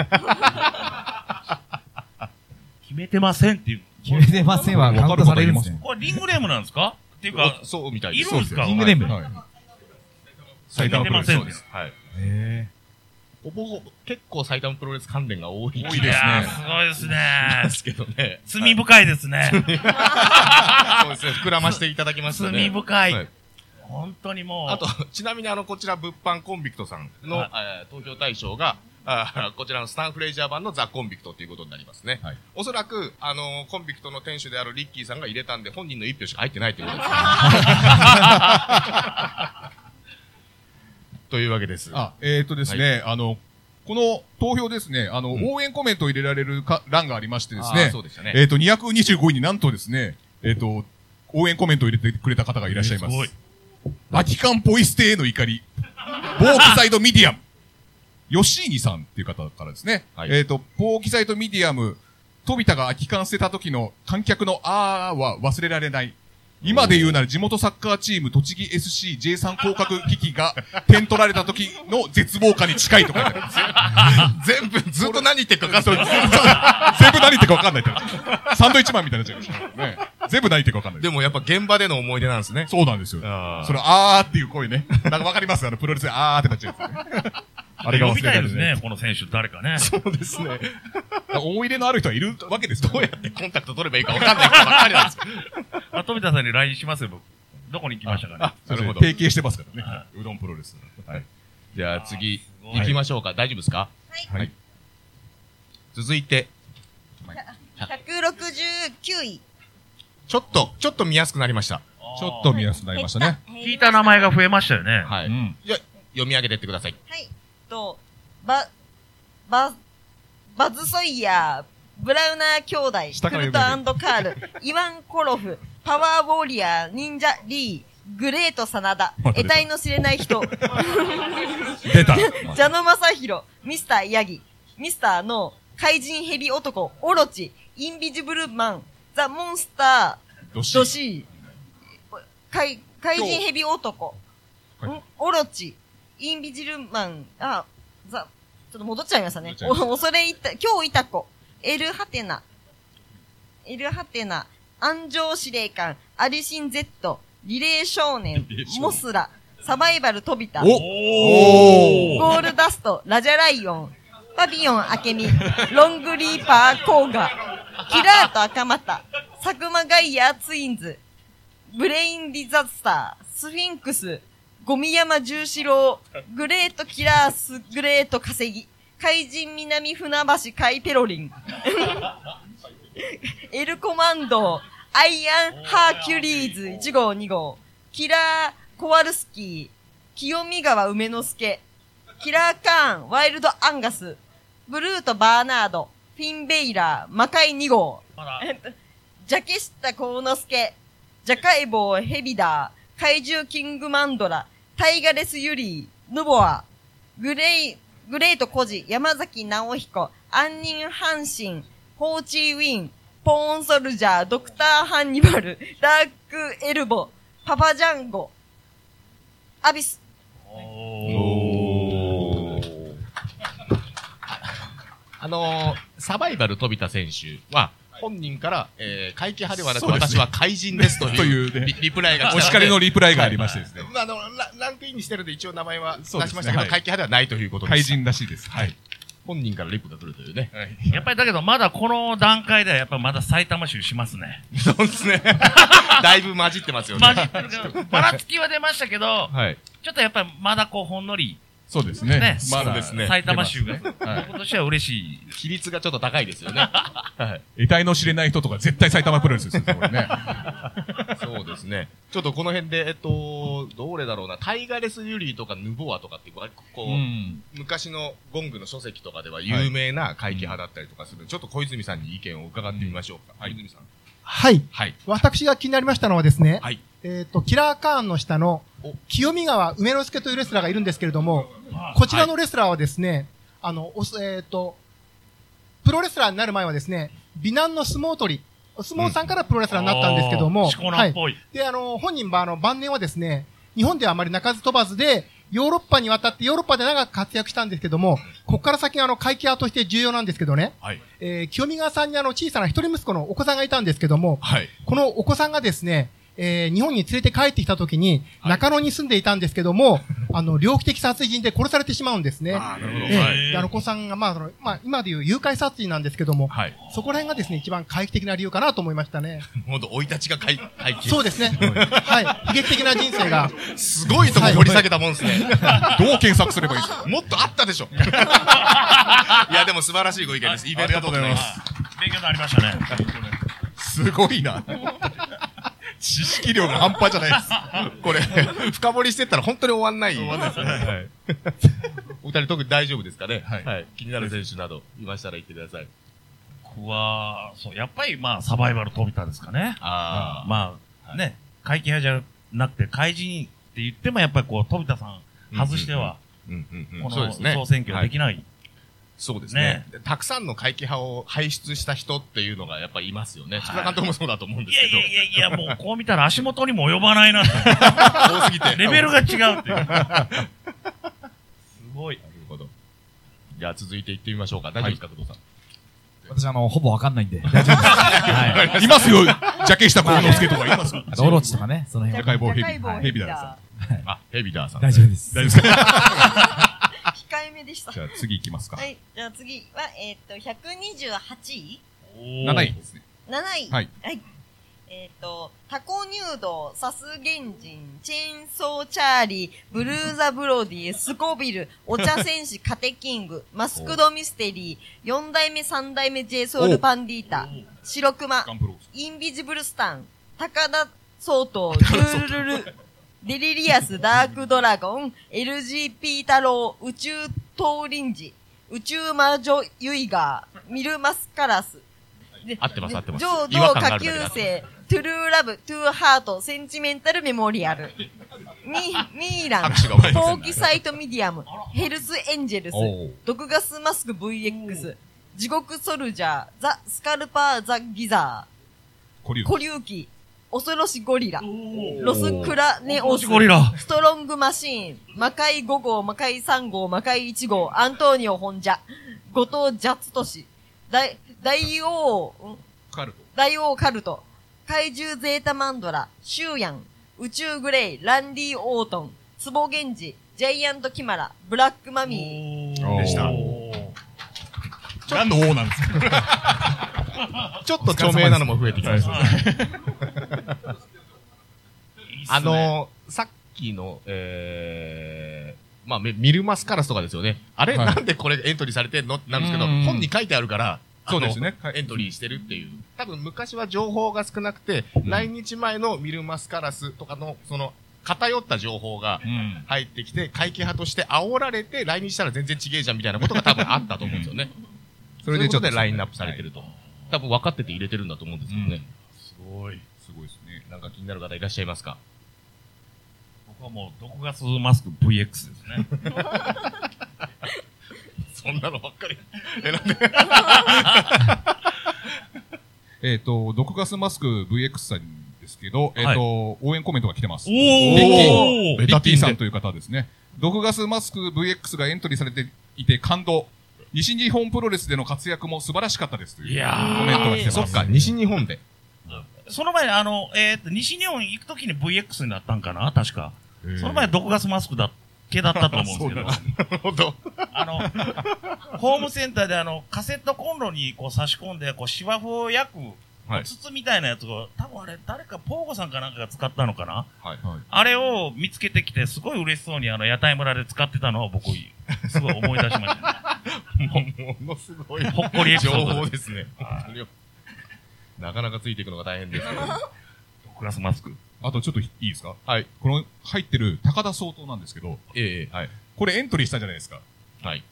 [SPEAKER 4] 決めてませんっていう。
[SPEAKER 5] 決めてませんはカウントされるんですね。
[SPEAKER 4] これリングネームなんですかっていうか
[SPEAKER 3] お、そうみたい
[SPEAKER 4] いるんですか
[SPEAKER 5] リングネーム。
[SPEAKER 1] はい。埼玉プロレス。そ
[SPEAKER 4] 決めてません
[SPEAKER 1] うです。
[SPEAKER 3] はい。
[SPEAKER 5] へ
[SPEAKER 3] ほぼほぼ、結構埼玉プロレス関連が多い。
[SPEAKER 1] 多いですね
[SPEAKER 4] やーすごいです
[SPEAKER 3] で
[SPEAKER 4] ね。
[SPEAKER 3] すけどね。
[SPEAKER 4] 罪深いですね。
[SPEAKER 3] そうですね。膨らましていただきましたね。
[SPEAKER 4] 罪深
[SPEAKER 3] はい
[SPEAKER 4] い。本当にもう。
[SPEAKER 3] あと、ちなみにあの、こちら、物販コンビクトさんの、
[SPEAKER 4] はい
[SPEAKER 3] えー投票対象が、あーこちらのスタン・フレイジャー版のザ・コンビクトということになりますね。
[SPEAKER 1] はい
[SPEAKER 3] おそらく、あのーコンビクトの店主であるリッキーさんが入れたんで、本人の一票しか入ってないということですね。 というわけです。
[SPEAKER 1] あ、えっ、とですね、あの、この投票ですね、あの、
[SPEAKER 3] ん
[SPEAKER 1] 応援コメントを入れられるか欄がありましてです
[SPEAKER 3] あー
[SPEAKER 1] ね
[SPEAKER 3] そう、でしたね。
[SPEAKER 1] えっ、と、225位になんとですね、えっ、と、応援コメントを入れてくれた方がいらっしゃいます。
[SPEAKER 4] すごい
[SPEAKER 1] バキカンポイ捨てへの怒り、ボーキサイドミディアム、吉井さんっていう方からですね。
[SPEAKER 3] はい
[SPEAKER 1] えっ、と、ポーキサイトミディアム、飛田が空き缶捨てた時の観客のあーは忘れられない。今で言うなら地元サッカーチーム栃木 SCJ3 降格危機が点取られた時の絶望感に近いとか言ってある
[SPEAKER 3] 全部、ずっと何言ってるか分かん
[SPEAKER 1] そ
[SPEAKER 3] な
[SPEAKER 1] う
[SPEAKER 3] い
[SPEAKER 1] 全部全部何言ってるか分かんないってなっちゃうサンドイッチマンみたいになっちゃう。ね、全部何言ってるか分かんない。
[SPEAKER 3] でもやっぱ現場での思い出なんですね。
[SPEAKER 1] そうなんですよ。
[SPEAKER 3] あー
[SPEAKER 1] それ、あーっていう声ね。なんかわかりますあの、プロレスであーってなっちゃうやつね。あれが
[SPEAKER 4] 呼
[SPEAKER 1] 忘
[SPEAKER 4] び
[SPEAKER 1] れ
[SPEAKER 4] た
[SPEAKER 1] ら
[SPEAKER 4] い
[SPEAKER 1] れ
[SPEAKER 4] です
[SPEAKER 1] ない。
[SPEAKER 4] ね、この選手、誰かね。
[SPEAKER 3] そうですね。
[SPEAKER 1] 思い入れのある人はいるわけですよ
[SPEAKER 3] どうやってコンタクト取ればいいか分かんないことばっかりなんですよ。
[SPEAKER 4] あ、富田さんに LINE しますよ、僕。どこに行きましたかね。
[SPEAKER 1] なるほど。
[SPEAKER 3] なる
[SPEAKER 1] 提携してますからね
[SPEAKER 4] は。
[SPEAKER 1] うどんプロレス。はい。
[SPEAKER 3] じゃあ次、
[SPEAKER 4] ごい
[SPEAKER 3] 行きましょうか。大丈夫ですか
[SPEAKER 2] はい
[SPEAKER 1] はい
[SPEAKER 3] 続いて、
[SPEAKER 2] 169位。
[SPEAKER 3] ちょっと、ちょっと見やすくなりました。
[SPEAKER 1] ちょっと見やすくなりましたね。
[SPEAKER 2] 減りま
[SPEAKER 4] 聞いた名前が増えましたよね。
[SPEAKER 3] は
[SPEAKER 1] う
[SPEAKER 3] い。
[SPEAKER 1] ん。
[SPEAKER 3] じゃあ読み上げてってください。
[SPEAKER 2] はい。と、バ、バ、バズソイヤー、ブラウナー兄弟、
[SPEAKER 1] 下
[SPEAKER 2] ク
[SPEAKER 1] から
[SPEAKER 2] ル
[SPEAKER 1] 読
[SPEAKER 2] トカ
[SPEAKER 1] め
[SPEAKER 2] ー ル、イワン・コロフ、パワーウォーリアー、忍者リー、グレート・サナダ
[SPEAKER 1] ま、た出た
[SPEAKER 2] 得体の知れない人、
[SPEAKER 1] 出た。
[SPEAKER 2] ジャノマサヒロ、ミスター・ヤギ、ミスター・ノー、怪人ヘビ男、オロチ、インビジブルマン、ザ・モンスタ
[SPEAKER 1] ど
[SPEAKER 2] ー、ドシー、怪、怪人ヘビ男、
[SPEAKER 1] 今日
[SPEAKER 2] んオロチ、インビジルマン、あ、ザ、ちょっと戻っちゃいましたね
[SPEAKER 1] 戻っ。ちゃいました
[SPEAKER 2] お恐れいた、今日いた子、エルハテナ、エルハテナ、安城司令官、アリシン Z、リレー少年
[SPEAKER 1] リレー少、年
[SPEAKER 2] モスラ、サバイバル飛びた、
[SPEAKER 1] おお
[SPEAKER 2] ゴールダスト、ラジャライオン、パビヨン、アケミ、ロングリーパー、コーガ、キラート、赤股、サクマガイア、ツインズ、ブレインディザスター、スフィンクス、ゴミ山十四郎、グレートキラース、グレート稼ぎ、怪人南船橋海ペロリン、 エルコマンド、アイアンハーキュリーズ1号2号、キラーコワルスキー、清見川梅之助、キラーカーン、ワイルドアンガス、ブルートバーナード、フィンベイラー、魔界2号、えっとジャケシタコウノスケ、ジャカイボウヘビダー、怪獣キングマンドラ、タイガレスユリー、ヌボア、グレイ、グレートコジ、山崎直彦、杏仁阪神、ホーチーウィン、ポーンソルジャー、ドクターハンニバル、ダークエルボ、パパジャンゴ、アビス、
[SPEAKER 4] おー
[SPEAKER 3] あのー、サバイバル飛田選手は、本人から、えー、怪奇派ではなく、
[SPEAKER 1] そうです
[SPEAKER 3] 私
[SPEAKER 1] ね
[SPEAKER 3] は怪人ですとい う
[SPEAKER 1] というね
[SPEAKER 3] リリプライが来 た
[SPEAKER 1] お
[SPEAKER 3] で
[SPEAKER 1] 叱りのリプライがありましてですね。
[SPEAKER 3] まあ、あのラランクインにしてるんで一応名前は出し
[SPEAKER 1] そう
[SPEAKER 3] ま
[SPEAKER 1] で
[SPEAKER 3] し
[SPEAKER 1] す
[SPEAKER 3] た
[SPEAKER 1] ね
[SPEAKER 3] けど、
[SPEAKER 1] はい
[SPEAKER 3] 怪奇派ではないということです。
[SPEAKER 1] 怪人らしいです。はい。
[SPEAKER 3] 本人からリプが取るというね。
[SPEAKER 4] やっぱりだけど、まだこの段階では、やっぱまだ埼玉州しますね。
[SPEAKER 3] そうですね。 だいぶ混じってますよね。
[SPEAKER 4] 混じってるけど、ばらつきは出ましたけど、
[SPEAKER 3] はい。
[SPEAKER 4] ちょっとやっぱりまだこう、ほんのり、
[SPEAKER 1] そうです
[SPEAKER 4] ね
[SPEAKER 1] ね。、まだ
[SPEAKER 3] そうですね
[SPEAKER 4] 埼玉州が、
[SPEAKER 1] はい
[SPEAKER 4] 僕としては嬉しい。
[SPEAKER 3] 比率がちょっと高いですよね。
[SPEAKER 1] 得体の知れない人とか絶対埼玉プロレスですよ、これね。
[SPEAKER 3] そうですね。ちょっとこの辺で、えっと、どれだろうな、タイガレスユリーとかヌボアとかって、こう、
[SPEAKER 1] うん。
[SPEAKER 3] 昔のゴングの書籍とかでは有名な怪奇派だったりとかするので、ちょっと小泉さんに意見を伺ってみましょうか。小泉さん。
[SPEAKER 7] はい。
[SPEAKER 3] はい。
[SPEAKER 7] 私が気になりましたのはですね、
[SPEAKER 3] はい。
[SPEAKER 7] えっ、と、キラーカーンの下の
[SPEAKER 3] お、
[SPEAKER 7] 清見川梅之助というレスラーがいるんですけれども、こちらのレスラーはですね、あの、おすえっ、と、プロレスラーになる前はですね、美男の相撲取り、お相撲さんからプロレスラーになったんですけども、
[SPEAKER 4] しこ
[SPEAKER 7] は
[SPEAKER 4] なっ
[SPEAKER 7] い。
[SPEAKER 4] ぽい。
[SPEAKER 7] で、あの、本人は、あの、晩年はですね、日本ではあまり鳴かず飛ばずで、ヨーロッパに渡って、ヨーロッパで長く活躍したんですけども、ここから先があの、会計派として重要なんですけどね、
[SPEAKER 3] はい。
[SPEAKER 7] えー清見川さんにあの、小さな一人息子のお子さんがいたんですけども、
[SPEAKER 3] はい。
[SPEAKER 7] このお子さんがですね、えー日本に連れて帰ってきた時に、
[SPEAKER 3] い
[SPEAKER 7] 中野に住んでいたんですけども、 あの、猟奇的殺人で殺されてしまうんですね。
[SPEAKER 3] ああ、なるほ
[SPEAKER 7] え
[SPEAKER 3] ど。
[SPEAKER 7] え
[SPEAKER 3] はい。
[SPEAKER 7] であのお子さんが、まあ、そのまあ、今でいう誘拐殺人なんですけども、
[SPEAKER 3] はい。
[SPEAKER 7] そこら辺がですね、一番怪奇的な理由かなと思いましたね。
[SPEAKER 3] ほんと、生い立ちが怪怪奇。
[SPEAKER 7] そうですね。はい。悲劇的な人 生が。
[SPEAKER 3] すごいとこ掘り下げたもんですね。
[SPEAKER 1] どう検索すればいいですか
[SPEAKER 3] もっとあったでしょ。いや、でも素晴らしいご意見です。イベント
[SPEAKER 1] ありがとうございます
[SPEAKER 4] 勉強になりましたね。
[SPEAKER 1] すごいな。知識量が半端じゃないです。
[SPEAKER 3] これ、深掘りしてったら本当に終わんない。終わんないですね。はい。お二人特に大丈夫ですかね。
[SPEAKER 1] はい
[SPEAKER 3] はい。気になる選手など、いましたら言ってください。
[SPEAKER 4] 僕は、そう、やっぱりまあ、サバイバル飛びたですかね。
[SPEAKER 3] あ
[SPEAKER 4] まあ、ね、怪奇派じゃなくて、怪人って言っても、やっぱりこう、飛田さん外しては、
[SPEAKER 3] あ。うんうんう
[SPEAKER 4] こ
[SPEAKER 3] ん。そう
[SPEAKER 4] の
[SPEAKER 3] ですね
[SPEAKER 4] 総。選挙はできない。
[SPEAKER 3] そうですね。たくさんの会期派を輩出した人っていうのがやっぱいますよね。塚田監督もそうだと思うん
[SPEAKER 4] い、
[SPEAKER 3] です
[SPEAKER 4] や
[SPEAKER 3] け
[SPEAKER 4] い
[SPEAKER 3] ど
[SPEAKER 4] や。いやいや、もうこう見たら足元にも及ばないなと。
[SPEAKER 3] 多すぎて。
[SPEAKER 4] レベルが違うっていう。すごい。
[SPEAKER 3] なるほど。じゃあ続いていってみましょうか。大丈夫ですか、工藤さん。
[SPEAKER 5] 私、あの、ほぼわかんな いんで、大丈夫です。はい
[SPEAKER 1] いますよジャした幸之助とかいますよ
[SPEAKER 5] あと。オロチとか ね、その辺
[SPEAKER 1] 社会
[SPEAKER 5] は。
[SPEAKER 1] 棒ヘビ
[SPEAKER 2] 社会棒
[SPEAKER 1] ヘビだな
[SPEAKER 3] あ、ヘビダーさん。
[SPEAKER 5] 大丈夫です。
[SPEAKER 1] 大丈夫ですか
[SPEAKER 2] 控えめでした。
[SPEAKER 1] じゃあ次行きますか
[SPEAKER 2] は。い。じゃあ次は、えーっと、128位
[SPEAKER 4] 7
[SPEAKER 1] 7位。ですね。
[SPEAKER 2] ?7 位。
[SPEAKER 1] はい。
[SPEAKER 2] えっ、と、タコ入道、サス原人、チェーンソーチャーリー、ブルーザブロディ、スコビル、お茶戦士、カテキング、マスクドミステリー、四代目三代目 J ソウルパンディータ、白熊、
[SPEAKER 1] ガンプロー
[SPEAKER 2] インビジブルスタン、高田総統、ルルルル、デリリアス、ダークドラゴン、LGP 太郎、宇宙東林寺、宇宙魔女ユイガー、ミルマスカラス、で
[SPEAKER 3] 合ってます
[SPEAKER 2] で
[SPEAKER 3] 合ってます
[SPEAKER 2] 浄
[SPEAKER 3] 違
[SPEAKER 2] 土
[SPEAKER 3] 和感が
[SPEAKER 2] 下
[SPEAKER 3] ある
[SPEAKER 2] 級
[SPEAKER 3] だけだ
[SPEAKER 2] 生、トゥルーラブ、トゥーハート、センチメンタルメモリアル、ミミーラン、
[SPEAKER 3] 拍手が起こりません
[SPEAKER 2] ポーキサイトミディアム、ヘルスエンジェルス、
[SPEAKER 1] おう
[SPEAKER 2] 毒ガスマスク VX、地獄ソルジャー、ザ・スカルパー・ザ・ギザ
[SPEAKER 1] コリ
[SPEAKER 2] ー、
[SPEAKER 1] ウス
[SPEAKER 2] コリュウキ、恐ろしゴリラ、ロス・クラネオス、
[SPEAKER 4] ゴリラ。
[SPEAKER 2] ストロングマシーン、魔界5号、魔界3号、魔界1号、アントニオ・本社、後藤・ジャツトシ、大、大王、ん
[SPEAKER 1] カルト。
[SPEAKER 2] 大王カルト、怪獣ゼータマンドラ、シュウヤン、宇宙グレイ、ランディ・オートン、ツボゲンジ、ジャイアント・キマラ、ブラック・マミー、
[SPEAKER 1] でした何の王なんですか
[SPEAKER 3] ちょっと著名なのも増えてきました。あ
[SPEAKER 4] あの、
[SPEAKER 3] のー、さっきの、えー、まあ、めミルマスカラスとかですよね。あれ、
[SPEAKER 1] はい
[SPEAKER 3] なんでこれエントリーされてんのってなるんですけ
[SPEAKER 1] う
[SPEAKER 3] ど、
[SPEAKER 1] んうん
[SPEAKER 3] 本に書いてあるから、あの
[SPEAKER 1] そうですねはい
[SPEAKER 3] エントリーしてるっていう。多分昔は情報が少なくて、来日前のミルマスカラスとかの、その、偏った情報が
[SPEAKER 1] うん。
[SPEAKER 3] 入ってきて、会計派として煽られて、来日したら全然違えじゃんみたいなことが多分あったと思うんですよね。
[SPEAKER 1] そ
[SPEAKER 3] そ
[SPEAKER 1] れ
[SPEAKER 3] れ
[SPEAKER 1] で
[SPEAKER 3] で
[SPEAKER 1] ち
[SPEAKER 3] ち
[SPEAKER 1] ょ
[SPEAKER 3] ょ
[SPEAKER 1] っ
[SPEAKER 3] っ
[SPEAKER 1] と
[SPEAKER 3] とラインナップされてると。多分分かってて入れてるんだと思うんですけどね。
[SPEAKER 4] すごい。
[SPEAKER 1] すごいですね。
[SPEAKER 3] なんか気になる方いらっしゃいますか
[SPEAKER 4] 僕はもう、毒ガスマスク VX ですね。
[SPEAKER 3] そ んなのばっかり。
[SPEAKER 1] えっと、毒ガスマスク VX さんですけど、えっと、応援コメントが来てます。
[SPEAKER 4] お
[SPEAKER 1] リッキーさんという方ですね。毒ガスマスク VX がエントリーされていて感動。西日本プロレスでの活躍も素晴らしかったですという
[SPEAKER 4] いやー
[SPEAKER 1] コメントが来てます。
[SPEAKER 3] そっか、西日本で。
[SPEAKER 4] その前に、あの、えーと、西日本行くときに VX になったんかな確か。その前、毒ガスマスクだ、系だったと思うんですけど。
[SPEAKER 3] なるほど。
[SPEAKER 4] あ の、ホームセンターであの、カセットコンロにこう差し込んで、こう、芝生を焼く、
[SPEAKER 1] はい
[SPEAKER 4] 筒みたいなやつを、多分あれ、誰か、ポーゴさんかなんかが使ったのかな
[SPEAKER 1] はい。
[SPEAKER 4] あれを見つけてきて、すごい嬉しそうに、あの、屋台村で使ってたのを僕、すごい思い出しま した。
[SPEAKER 3] ものすごい
[SPEAKER 4] ほっこりエピ
[SPEAKER 3] 情
[SPEAKER 4] ソード
[SPEAKER 3] 報
[SPEAKER 4] で
[SPEAKER 3] ですね。それをなかなかついていくのが大変ですけど。
[SPEAKER 4] 毒ガスマスク。
[SPEAKER 1] あとちょっといいですか
[SPEAKER 3] はい。
[SPEAKER 1] この入ってる高田総統なんですけど、
[SPEAKER 3] ええ、はい。
[SPEAKER 1] これエントリーしたじゃないですか。
[SPEAKER 3] はい。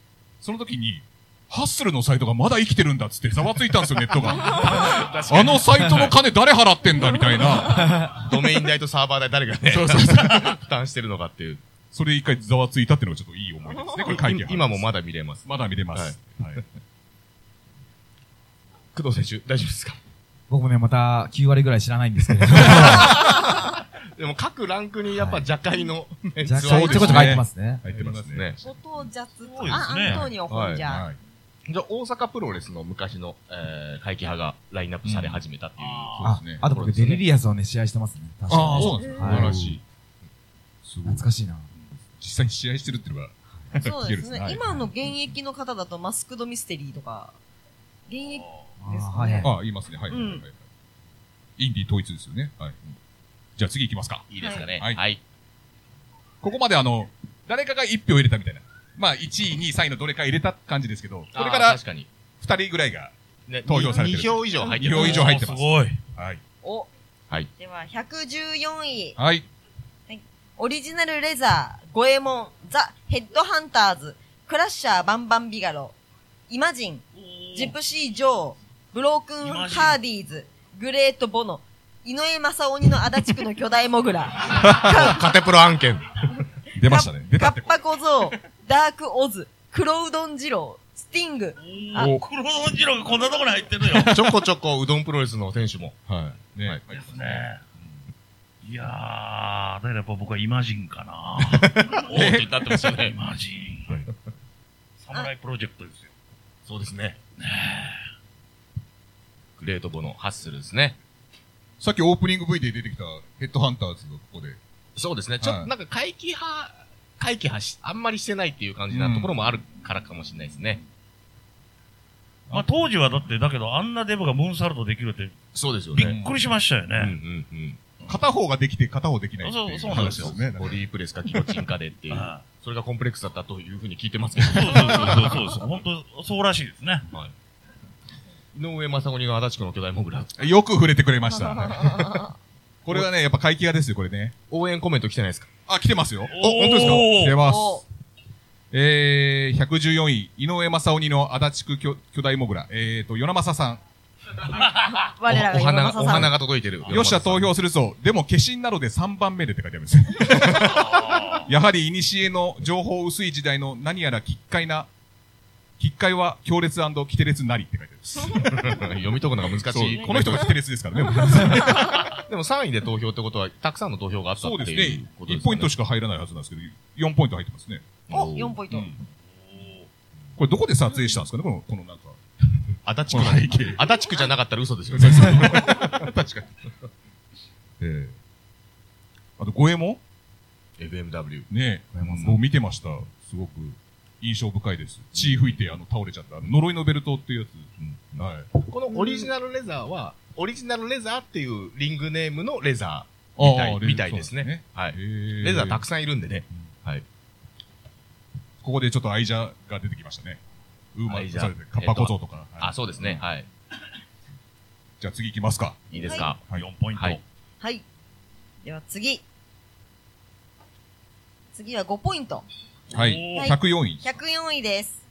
[SPEAKER 1] その時に、ハッスルのサイトがまだ生きてるんだっつってざわついたんですよ、ネットが。あのサイトの金誰払ってんだみたいな。
[SPEAKER 3] ドメイン代とサーバー代誰がね、
[SPEAKER 1] そうそうそう。
[SPEAKER 3] 負担してるのかっていう。
[SPEAKER 1] それで一回ざわついたっていうのがちょっといい思い出ですね。これ会見
[SPEAKER 3] 今もまだ見れます。
[SPEAKER 1] まだ見れます。はい
[SPEAKER 3] 工藤選手、大丈夫ですか
[SPEAKER 5] 僕もね、また9割ぐらい知らないんです けど。
[SPEAKER 3] でも各ランクにやっぱ若干のメンツ
[SPEAKER 5] 若
[SPEAKER 3] は
[SPEAKER 5] 干ちょこちょこ入ってますね。
[SPEAKER 1] 入ってますね。。
[SPEAKER 2] 後藤ジャツ
[SPEAKER 4] そう
[SPEAKER 2] と、
[SPEAKER 4] ですね
[SPEAKER 2] あ、アントニオ・本社。
[SPEAKER 1] はい。
[SPEAKER 3] じゃあ大阪プロレスの昔の、えー、会期派がラインナップされ始めたっていう。
[SPEAKER 1] あ
[SPEAKER 5] あ
[SPEAKER 1] そうですね、
[SPEAKER 5] あと僕、デリリアスをね、試合してますね。確か
[SPEAKER 1] ああ、
[SPEAKER 5] に。
[SPEAKER 1] そうなんですね。素晴らしい。すごい
[SPEAKER 5] 懐。かしいな。
[SPEAKER 1] 実際に試合してるっていうのが、
[SPEAKER 2] そうです ね。
[SPEAKER 1] はい
[SPEAKER 2] 今の現役の方だとマスクドミステリーとか、現役
[SPEAKER 5] あ
[SPEAKER 2] ですね
[SPEAKER 5] ーはいはい。
[SPEAKER 1] ああ、言いますね。はい。はい
[SPEAKER 2] うん
[SPEAKER 1] はいインディ統一ですよね。はい。じゃあ次行きますか。
[SPEAKER 3] いいですかね。
[SPEAKER 1] はい
[SPEAKER 3] はい。
[SPEAKER 1] ここまであの、誰かが1票入れたみたいな。まあ、1位、2位、3位のどれか入れた感じですけど、これか
[SPEAKER 3] あー
[SPEAKER 1] ら
[SPEAKER 3] 確かに。
[SPEAKER 1] 2人ぐらいが、
[SPEAKER 3] ね
[SPEAKER 1] 投票されてる
[SPEAKER 3] 二票以上入って
[SPEAKER 1] 二票以上入ってます
[SPEAKER 4] すごい。
[SPEAKER 1] はい。
[SPEAKER 2] を、
[SPEAKER 3] はい
[SPEAKER 2] では114位、
[SPEAKER 1] はい。
[SPEAKER 2] オリジナルレザー、ゴエモン、ザ・ヘッドハンターズ、クラッシャー・バンバン・ビガロ、イマジン、ジプシー・ジョー、ブロークン・ハーディーズ、グレート・ボノ、井上正鬼の足立区の巨大モグラ、
[SPEAKER 3] カテプロ案件。
[SPEAKER 1] 出ましたね。出たってこ
[SPEAKER 2] カッパ小僧、ダークオズ、黒うどん二郎、スティング、あ
[SPEAKER 4] お黒の次郎がこんなところに入って るよ。
[SPEAKER 3] ちょこちょこうどんプロレスの選手も。
[SPEAKER 1] はい。ね。
[SPEAKER 4] ですね。いやー、だからやっぱ僕はイマジン かな。
[SPEAKER 3] おおってなってました
[SPEAKER 4] イ
[SPEAKER 3] ね。
[SPEAKER 4] マジン。サムライプロジェクトですよ。
[SPEAKER 3] そうですね。グレートボのハッスルですね。
[SPEAKER 1] さっきオープニング V で出てきたヘッドハンターズがここで。
[SPEAKER 3] そうですね。ちょっと、
[SPEAKER 1] はい
[SPEAKER 3] なんか回帰派、回帰派し、あんまりしてないっていう感じなところもあるからかもしれないですね。
[SPEAKER 4] まあ当時はだって、だけどあんなデブがムーンサルトできるって
[SPEAKER 3] そうですよ
[SPEAKER 4] びっくりしましたよ
[SPEAKER 3] うんう
[SPEAKER 4] ね。
[SPEAKER 3] んうん。
[SPEAKER 1] 片方ができて片方できないってい
[SPEAKER 4] そうそうなんですよ
[SPEAKER 1] 話ね。なん
[SPEAKER 3] ボ
[SPEAKER 1] か
[SPEAKER 3] ディープレスかキロチンかでっていう
[SPEAKER 4] ああ。
[SPEAKER 3] それがコンプレックスだったというふうに聞いてますけど。
[SPEAKER 4] そうそうそうそうそう。本当そうらしいですね。
[SPEAKER 3] 井上正雄が足立区の巨大モグラ。
[SPEAKER 1] よく触れてくれました。これはね、やっぱ怪奇屋ですよ、これね。
[SPEAKER 3] 応援コメント来てないですか
[SPEAKER 1] あ、来てますよ。お、
[SPEAKER 4] お
[SPEAKER 1] 本当ですか
[SPEAKER 4] お
[SPEAKER 1] 来てます。
[SPEAKER 2] お
[SPEAKER 1] えー、114位、井上正雄の足立区巨巨大モグラ。えーと、与那正さん。
[SPEAKER 2] 我ら
[SPEAKER 3] お
[SPEAKER 2] が
[SPEAKER 3] お
[SPEAKER 2] 今
[SPEAKER 3] 花が、
[SPEAKER 2] 正
[SPEAKER 3] お
[SPEAKER 2] さ
[SPEAKER 3] 花
[SPEAKER 2] ん。
[SPEAKER 3] が届いてる。
[SPEAKER 1] よっしゃ、投 票するぞ。でも、化身なので3番目でって書いてあるんですよ。 やはり、古の情報薄い時代の何やら奇怪な、奇怪は強烈キテレツなりって書いてあるんです。
[SPEAKER 3] 読み解くのが難
[SPEAKER 1] そ
[SPEAKER 3] しい。
[SPEAKER 1] うこの人がキテレツですからね。
[SPEAKER 3] でも3位で投票ってことは、たくさんの投票があったっ
[SPEAKER 1] そ
[SPEAKER 3] て
[SPEAKER 1] うです
[SPEAKER 3] い
[SPEAKER 1] ね
[SPEAKER 3] うこ。とで
[SPEAKER 1] 1
[SPEAKER 3] すね。
[SPEAKER 1] ポイントしか入らないはずなんですけど、4ポイント入ってますね。
[SPEAKER 2] お、4ポイント。
[SPEAKER 1] これどこで撮影したんですかねこの、このなんか。
[SPEAKER 3] 足立区 なんで足立区じゃなかったら嘘ですよね。
[SPEAKER 1] 確かに。 ええあと、五右衛門
[SPEAKER 3] FMW。
[SPEAKER 1] ね
[SPEAKER 5] 小山
[SPEAKER 1] え。
[SPEAKER 5] さ。
[SPEAKER 1] もうん見てました。すごく印象深いです。血吹いて、あの、倒れちゃった。あの呪いのベルトっていうやつ。はい。
[SPEAKER 3] このオリジナルレザーは、オリジナルレザーっていうリングネームのレザみたい
[SPEAKER 1] ああ
[SPEAKER 3] みたいですね。はいー。レザーたく
[SPEAKER 1] さん。
[SPEAKER 3] さんいるんでね。はい。
[SPEAKER 1] ここでちょっとアイジャーが出てきましたね。ウーマ
[SPEAKER 3] アイ
[SPEAKER 1] ン
[SPEAKER 3] ジャー
[SPEAKER 1] されて、カッパ小僧とか。は
[SPEAKER 3] あ、
[SPEAKER 1] い
[SPEAKER 3] そうですね。はい。
[SPEAKER 1] じゃあ次行きますか。
[SPEAKER 3] いいですか。
[SPEAKER 1] はい
[SPEAKER 4] 4ポイント。
[SPEAKER 3] はい
[SPEAKER 2] はい。では次。次は5ポイント。
[SPEAKER 1] はい
[SPEAKER 4] お。
[SPEAKER 2] ー
[SPEAKER 1] 104位。
[SPEAKER 2] 104位です。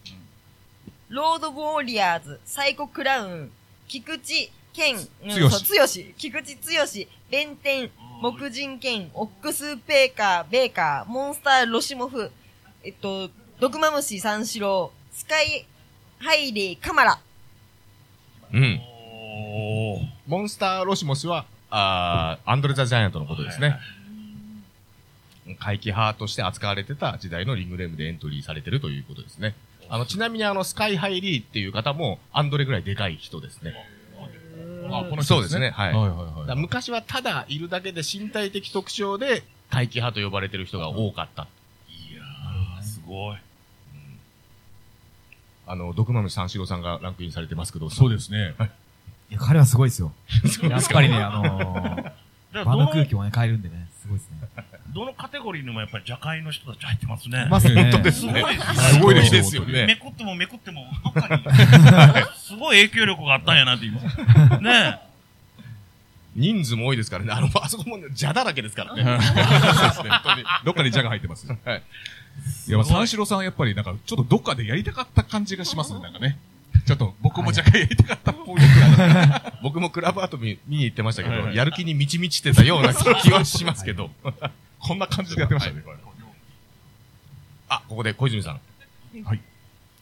[SPEAKER 2] ロードウォリアーズ、サイコクラウン、菊池健、うん
[SPEAKER 1] つよし
[SPEAKER 2] そうつよし、菊池つよし、弁天、木人健、オックスペーカー、ベーカー、モンスターロシモフ、えっと、毒マムシ三四郎、スカイハイレイカマラ。
[SPEAKER 3] うん。
[SPEAKER 4] おー
[SPEAKER 3] モンスターロシモスは、あーアンドレ・ザ・ジャイアントのことですね。怪奇派として扱われてた時代のリングネームでエントリーされてるということですね。あの、ちなみにあの、スカイハイリーっていう方も、アンドレぐらいでかい人ですね。
[SPEAKER 1] あ、この
[SPEAKER 3] そ
[SPEAKER 1] 人
[SPEAKER 3] うですね。。はい。
[SPEAKER 1] はいはい
[SPEAKER 3] だから
[SPEAKER 1] はい。
[SPEAKER 3] 昔はただいるだけで身体的特徴で、怪奇派と呼ばれてる人が多かった。
[SPEAKER 4] いやー、すごい。
[SPEAKER 3] あの、毒豆三四郎さんがランクインされてますけど、
[SPEAKER 1] そうですね。
[SPEAKER 5] いや、彼はすごいですよ。やっぱりね、あ のー、
[SPEAKER 4] だか
[SPEAKER 5] 場
[SPEAKER 4] らど
[SPEAKER 5] の
[SPEAKER 4] の
[SPEAKER 5] 空気をね、変えるんでね、すごいですね。
[SPEAKER 4] どのカテゴリーにもやっぱり邪界の人たち入ってますね。
[SPEAKER 5] ますね。本当です
[SPEAKER 4] ごいですね。
[SPEAKER 3] すごいですよ
[SPEAKER 4] め
[SPEAKER 3] ね。
[SPEAKER 4] くってもめくっても、どっか に、すごい影響力があったんやなって今。ね
[SPEAKER 3] 人数も多いですからね。あ の、あそこも蛇だらけですからね。
[SPEAKER 1] どっかにジャが入って ます。
[SPEAKER 3] はい。
[SPEAKER 1] いや、まあ三四郎さんやっぱりなんか、ちょっとどっかでやりたかった感じがします ね、なんかね。ちょっと僕もジャガやりたか ったっぽい。
[SPEAKER 3] 僕もクラブアート見見に行ってましたけど、
[SPEAKER 1] はいはい
[SPEAKER 3] やる気に満ち満ちてたような気はしますけど、
[SPEAKER 1] こんな感じでやってましたね、これ。
[SPEAKER 3] あ、ここで小泉さん。
[SPEAKER 1] はい。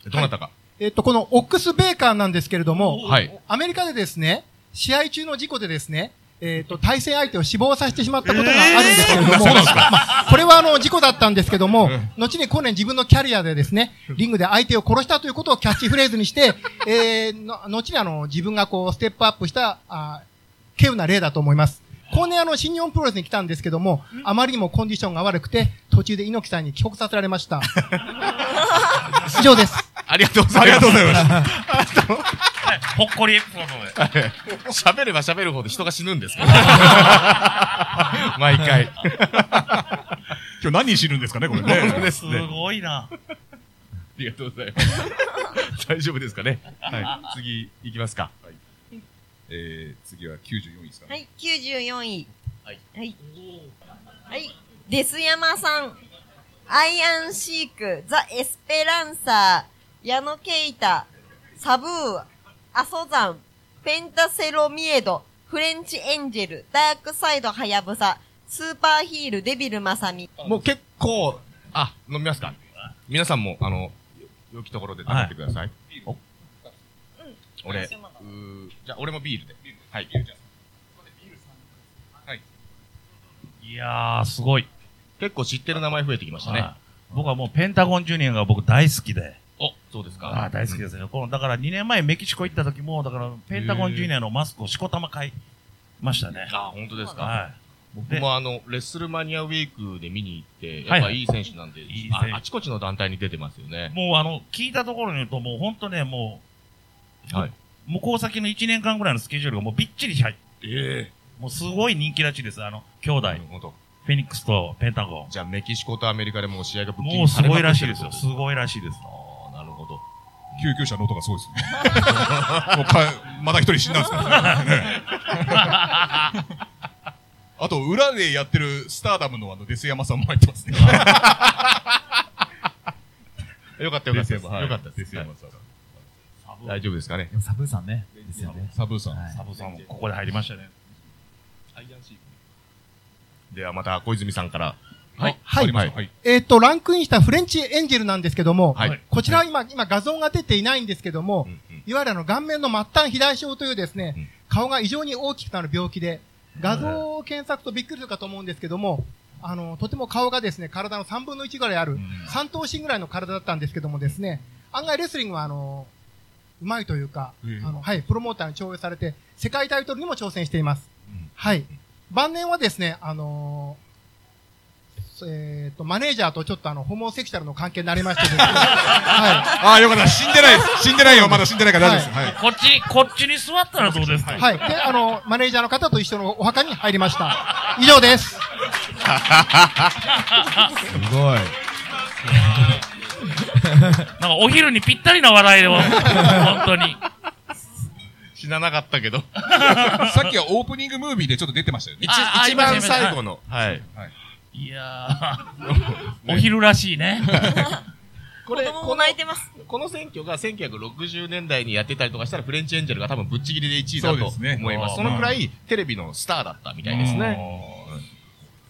[SPEAKER 3] どなたか。
[SPEAKER 7] えっと、このオックスベーカーなんですけれども、
[SPEAKER 3] はい。
[SPEAKER 7] アメリカでですね、試合中の事故でですね、えっ、と、対戦相手を死亡させてしまったことがあるんですけれども、まあこれはあの、事故だったんですけども、後に去年自分のキャリアでですね、リングで相手を殺したということをキャッチフレーズにして、 えー、の後にあの、自分がこう、ステップアップした、あー稀有な例だと思います。後年あの、新日本プロレスに来たんですけども、あまりにもコンディションが悪くて、途中で猪木さんに帰国させられました。以上です。
[SPEAKER 3] ありがとうございます。ありがとうございま
[SPEAKER 4] ほっこりエピソードで。
[SPEAKER 3] す。喋れば喋るほど人が死ぬんですけ ど。毎回。
[SPEAKER 1] 今日何人死ぬんですかね、これ
[SPEAKER 3] 本当
[SPEAKER 1] ね。
[SPEAKER 3] ですね。
[SPEAKER 4] ごいな。
[SPEAKER 3] ありがとうございます。大丈夫ですかね。はい。次、行きますか。
[SPEAKER 1] えー、次は94位ですか
[SPEAKER 2] は
[SPEAKER 1] ね。
[SPEAKER 2] い、94位。
[SPEAKER 3] はい。
[SPEAKER 2] はい。はい。デス山さん。アイアンシーク、ザ・エスペランサー、矢野ケイタ、サブー、アソザン、ペンタセロミエド、フレンチエンジェル、ダークサイドハヤブサ、スーパーヒール、デビルマサミ。
[SPEAKER 3] もう結構、あ、飲みますか。皆さんも、あの、良きところで食べてください。お俺、うーじゃあ俺もビールで。はい。
[SPEAKER 4] いやー、すごい。
[SPEAKER 3] 結構知ってる名前増えてきましたね
[SPEAKER 4] は。い僕はもうペンタゴンジュニアが僕大好きで。
[SPEAKER 3] お、そうですか。
[SPEAKER 4] ああ、大好きですね。この、だから2年前メキシコ行った時も、だからペンタゴンジュニアのマスクをしこたま買いましたね。
[SPEAKER 3] あ、本当ですか。
[SPEAKER 4] は
[SPEAKER 3] 僕もあの、レッスルマニアウィークで見に行って、や
[SPEAKER 4] はい
[SPEAKER 3] っ
[SPEAKER 4] は
[SPEAKER 3] ぱ
[SPEAKER 4] い
[SPEAKER 3] いい選手なんで
[SPEAKER 4] いい、選手
[SPEAKER 3] ああちこちの団体に出てますよ
[SPEAKER 4] い。
[SPEAKER 3] ね。
[SPEAKER 4] もうあの、聞いたところに言うと、もう本当ね、もう、
[SPEAKER 3] はい
[SPEAKER 4] 向こう先の1年間ぐらいのスケジュールがもうびっちり入って、
[SPEAKER 3] え
[SPEAKER 4] もうすごい人気らしいです。あの、兄弟、
[SPEAKER 3] なるほど。
[SPEAKER 4] フェニックスとペンタゴ
[SPEAKER 3] じゃあメキシコとアメリカでもう試合がぶ
[SPEAKER 4] ン。
[SPEAKER 3] っき
[SPEAKER 4] もうすごいらしいですよ。す
[SPEAKER 3] あ
[SPEAKER 4] ごいらしいです。
[SPEAKER 3] あー、なるほど。
[SPEAKER 1] 救急車の音がすごいです ね。もうかまた一人死んだんですからね。ね あと、裏でやってるスターダムのあの、デス山さんも入ってますね。
[SPEAKER 3] よかったよかったで
[SPEAKER 1] デ
[SPEAKER 3] す。
[SPEAKER 1] ス山
[SPEAKER 3] よかったで
[SPEAKER 1] デ
[SPEAKER 3] す。
[SPEAKER 1] ス
[SPEAKER 3] はい
[SPEAKER 1] 山さん。
[SPEAKER 3] 大丈夫ですかね。
[SPEAKER 5] でもサブーさんね。ですよね。
[SPEAKER 1] サブーさん。
[SPEAKER 5] はい
[SPEAKER 4] サブさんもここで入りましたね。
[SPEAKER 3] ではまた小泉さんから。
[SPEAKER 1] はい。
[SPEAKER 7] は
[SPEAKER 1] わか
[SPEAKER 7] い
[SPEAKER 1] りましたはい。
[SPEAKER 7] えっ、と、ランクインしたフレンチエンジェルなんですけども、
[SPEAKER 3] はい
[SPEAKER 7] こちらは今、今画像が出ていないんですけども、
[SPEAKER 3] うんうん
[SPEAKER 7] いわゆるあの顔面の末端肥大症というですね、
[SPEAKER 3] うん
[SPEAKER 7] 顔が異常に大きくなる病気で、画像を検索とびっくりするかと思うんですけども、あの、とても顔がですね、体の3分の1ぐらいある、三頭身ぐらいの体だったんですけどもですね、案外レスリングはあの、うまいというか、
[SPEAKER 1] ええ
[SPEAKER 7] あの、はい、プロモーターに超越されて、世界タイトルにも挑戦しています。
[SPEAKER 3] うん
[SPEAKER 7] はい。晩年はですね、あのーえっ、と、マネージャーとちょっとあの、ホモセクシャルの関係になりま してですね、は
[SPEAKER 1] ああ、よかった。死んでないです。死んでないよ。まだ死んでないから大丈夫です。はい。
[SPEAKER 4] こっち、こっちに座ったらどうですか、
[SPEAKER 7] い。はい。で、あの、マネージャーの方と一緒のお墓に入りました。以上です。
[SPEAKER 5] すごい。
[SPEAKER 4] なんかお昼にぴったりな笑い で、本当に。
[SPEAKER 3] 死ななかったけど。
[SPEAKER 1] さっきはオープニングムービーでちょっと出てましたよね。
[SPEAKER 3] 一
[SPEAKER 4] ああ
[SPEAKER 3] 一
[SPEAKER 4] あり
[SPEAKER 3] 番
[SPEAKER 4] ました
[SPEAKER 3] 最後の。はい。
[SPEAKER 4] いやー、 お昼らしいね。
[SPEAKER 3] こ
[SPEAKER 2] 子
[SPEAKER 3] れ、
[SPEAKER 2] 供
[SPEAKER 3] こ
[SPEAKER 2] も
[SPEAKER 3] の
[SPEAKER 2] 泣いてます。
[SPEAKER 3] この選挙が1960年代にやってたりとかしたらフレンチエンジェルが多分ぶっちぎりで1位だと
[SPEAKER 1] そうですね
[SPEAKER 3] 思います。そのくらいテレビのスターだったみたいですね。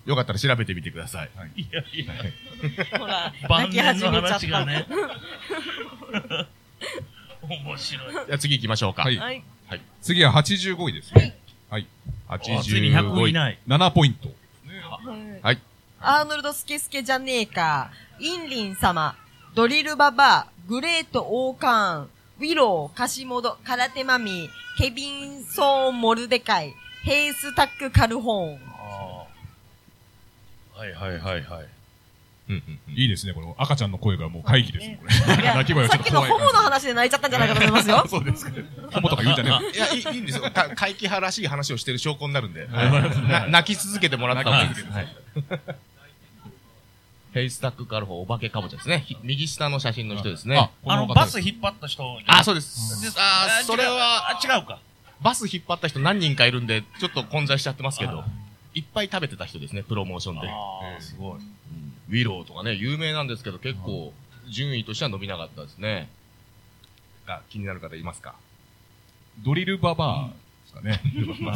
[SPEAKER 3] よかったら調べてみてください。
[SPEAKER 4] いやいや、
[SPEAKER 2] ほら、
[SPEAKER 4] 晩
[SPEAKER 2] 泣き
[SPEAKER 4] 年
[SPEAKER 2] 始めちゃ
[SPEAKER 4] の
[SPEAKER 2] っ
[SPEAKER 4] 話が
[SPEAKER 2] た。
[SPEAKER 4] ね。 面白い。
[SPEAKER 3] じゃあ次行きましょうか。
[SPEAKER 1] はい
[SPEAKER 2] はい。
[SPEAKER 1] 次は85位ですね。はい。
[SPEAKER 4] ついに100
[SPEAKER 3] 85
[SPEAKER 4] い
[SPEAKER 3] 位。
[SPEAKER 4] ない。
[SPEAKER 1] 7ポイント。
[SPEAKER 3] はい。
[SPEAKER 2] アーノルド・スケスケじゃねえか、インリン様、ドリル・ババア、グレート・オーカーン、ウィロー、カシモド、カラテマミー、ケビン・ソーン・モルデカイ、ヘイス・タック・カルホーン。
[SPEAKER 4] はいはいはいはい。
[SPEAKER 3] うんうんうん
[SPEAKER 1] いいですね、この赤ちゃんの声がもう会議ですね、これ。
[SPEAKER 2] いや
[SPEAKER 1] 泣き声がち
[SPEAKER 2] さ
[SPEAKER 1] ょ
[SPEAKER 2] っ
[SPEAKER 1] っ
[SPEAKER 2] き
[SPEAKER 1] と
[SPEAKER 2] の
[SPEAKER 1] 怖い
[SPEAKER 2] ホ
[SPEAKER 1] 感
[SPEAKER 2] モの話で泣いちゃったんじゃないかと思いますよ
[SPEAKER 1] じ。。そうですか。ホモとか言うんじゃね
[SPEAKER 3] いや、いいいいんですよ。か会期派らしい話をしてる証拠になるんで。な泣き続けてもらった方がいいです。はいヘイスタックカルフォーお化けかぼちゃですね。ひ右下の写真の人です
[SPEAKER 1] え
[SPEAKER 3] ね
[SPEAKER 1] よ。。
[SPEAKER 4] あの、バス引っ張った人。
[SPEAKER 3] あ、そうです。あ
[SPEAKER 4] 違
[SPEAKER 3] ー、
[SPEAKER 4] う
[SPEAKER 3] それは、
[SPEAKER 4] あ、違うか。
[SPEAKER 3] バス引っ張った人何人かいるんで、ちょっと混在しちゃってますけど、いっぱい食べてた人ですね、プロモーションで。
[SPEAKER 4] あー、すごい。
[SPEAKER 3] ウィローとかね、有名なんですけど、結構、順位としては伸びなかったですね。が、気になる方いますか
[SPEAKER 1] ドリルババアですか
[SPEAKER 4] バ
[SPEAKER 1] ね
[SPEAKER 4] バ。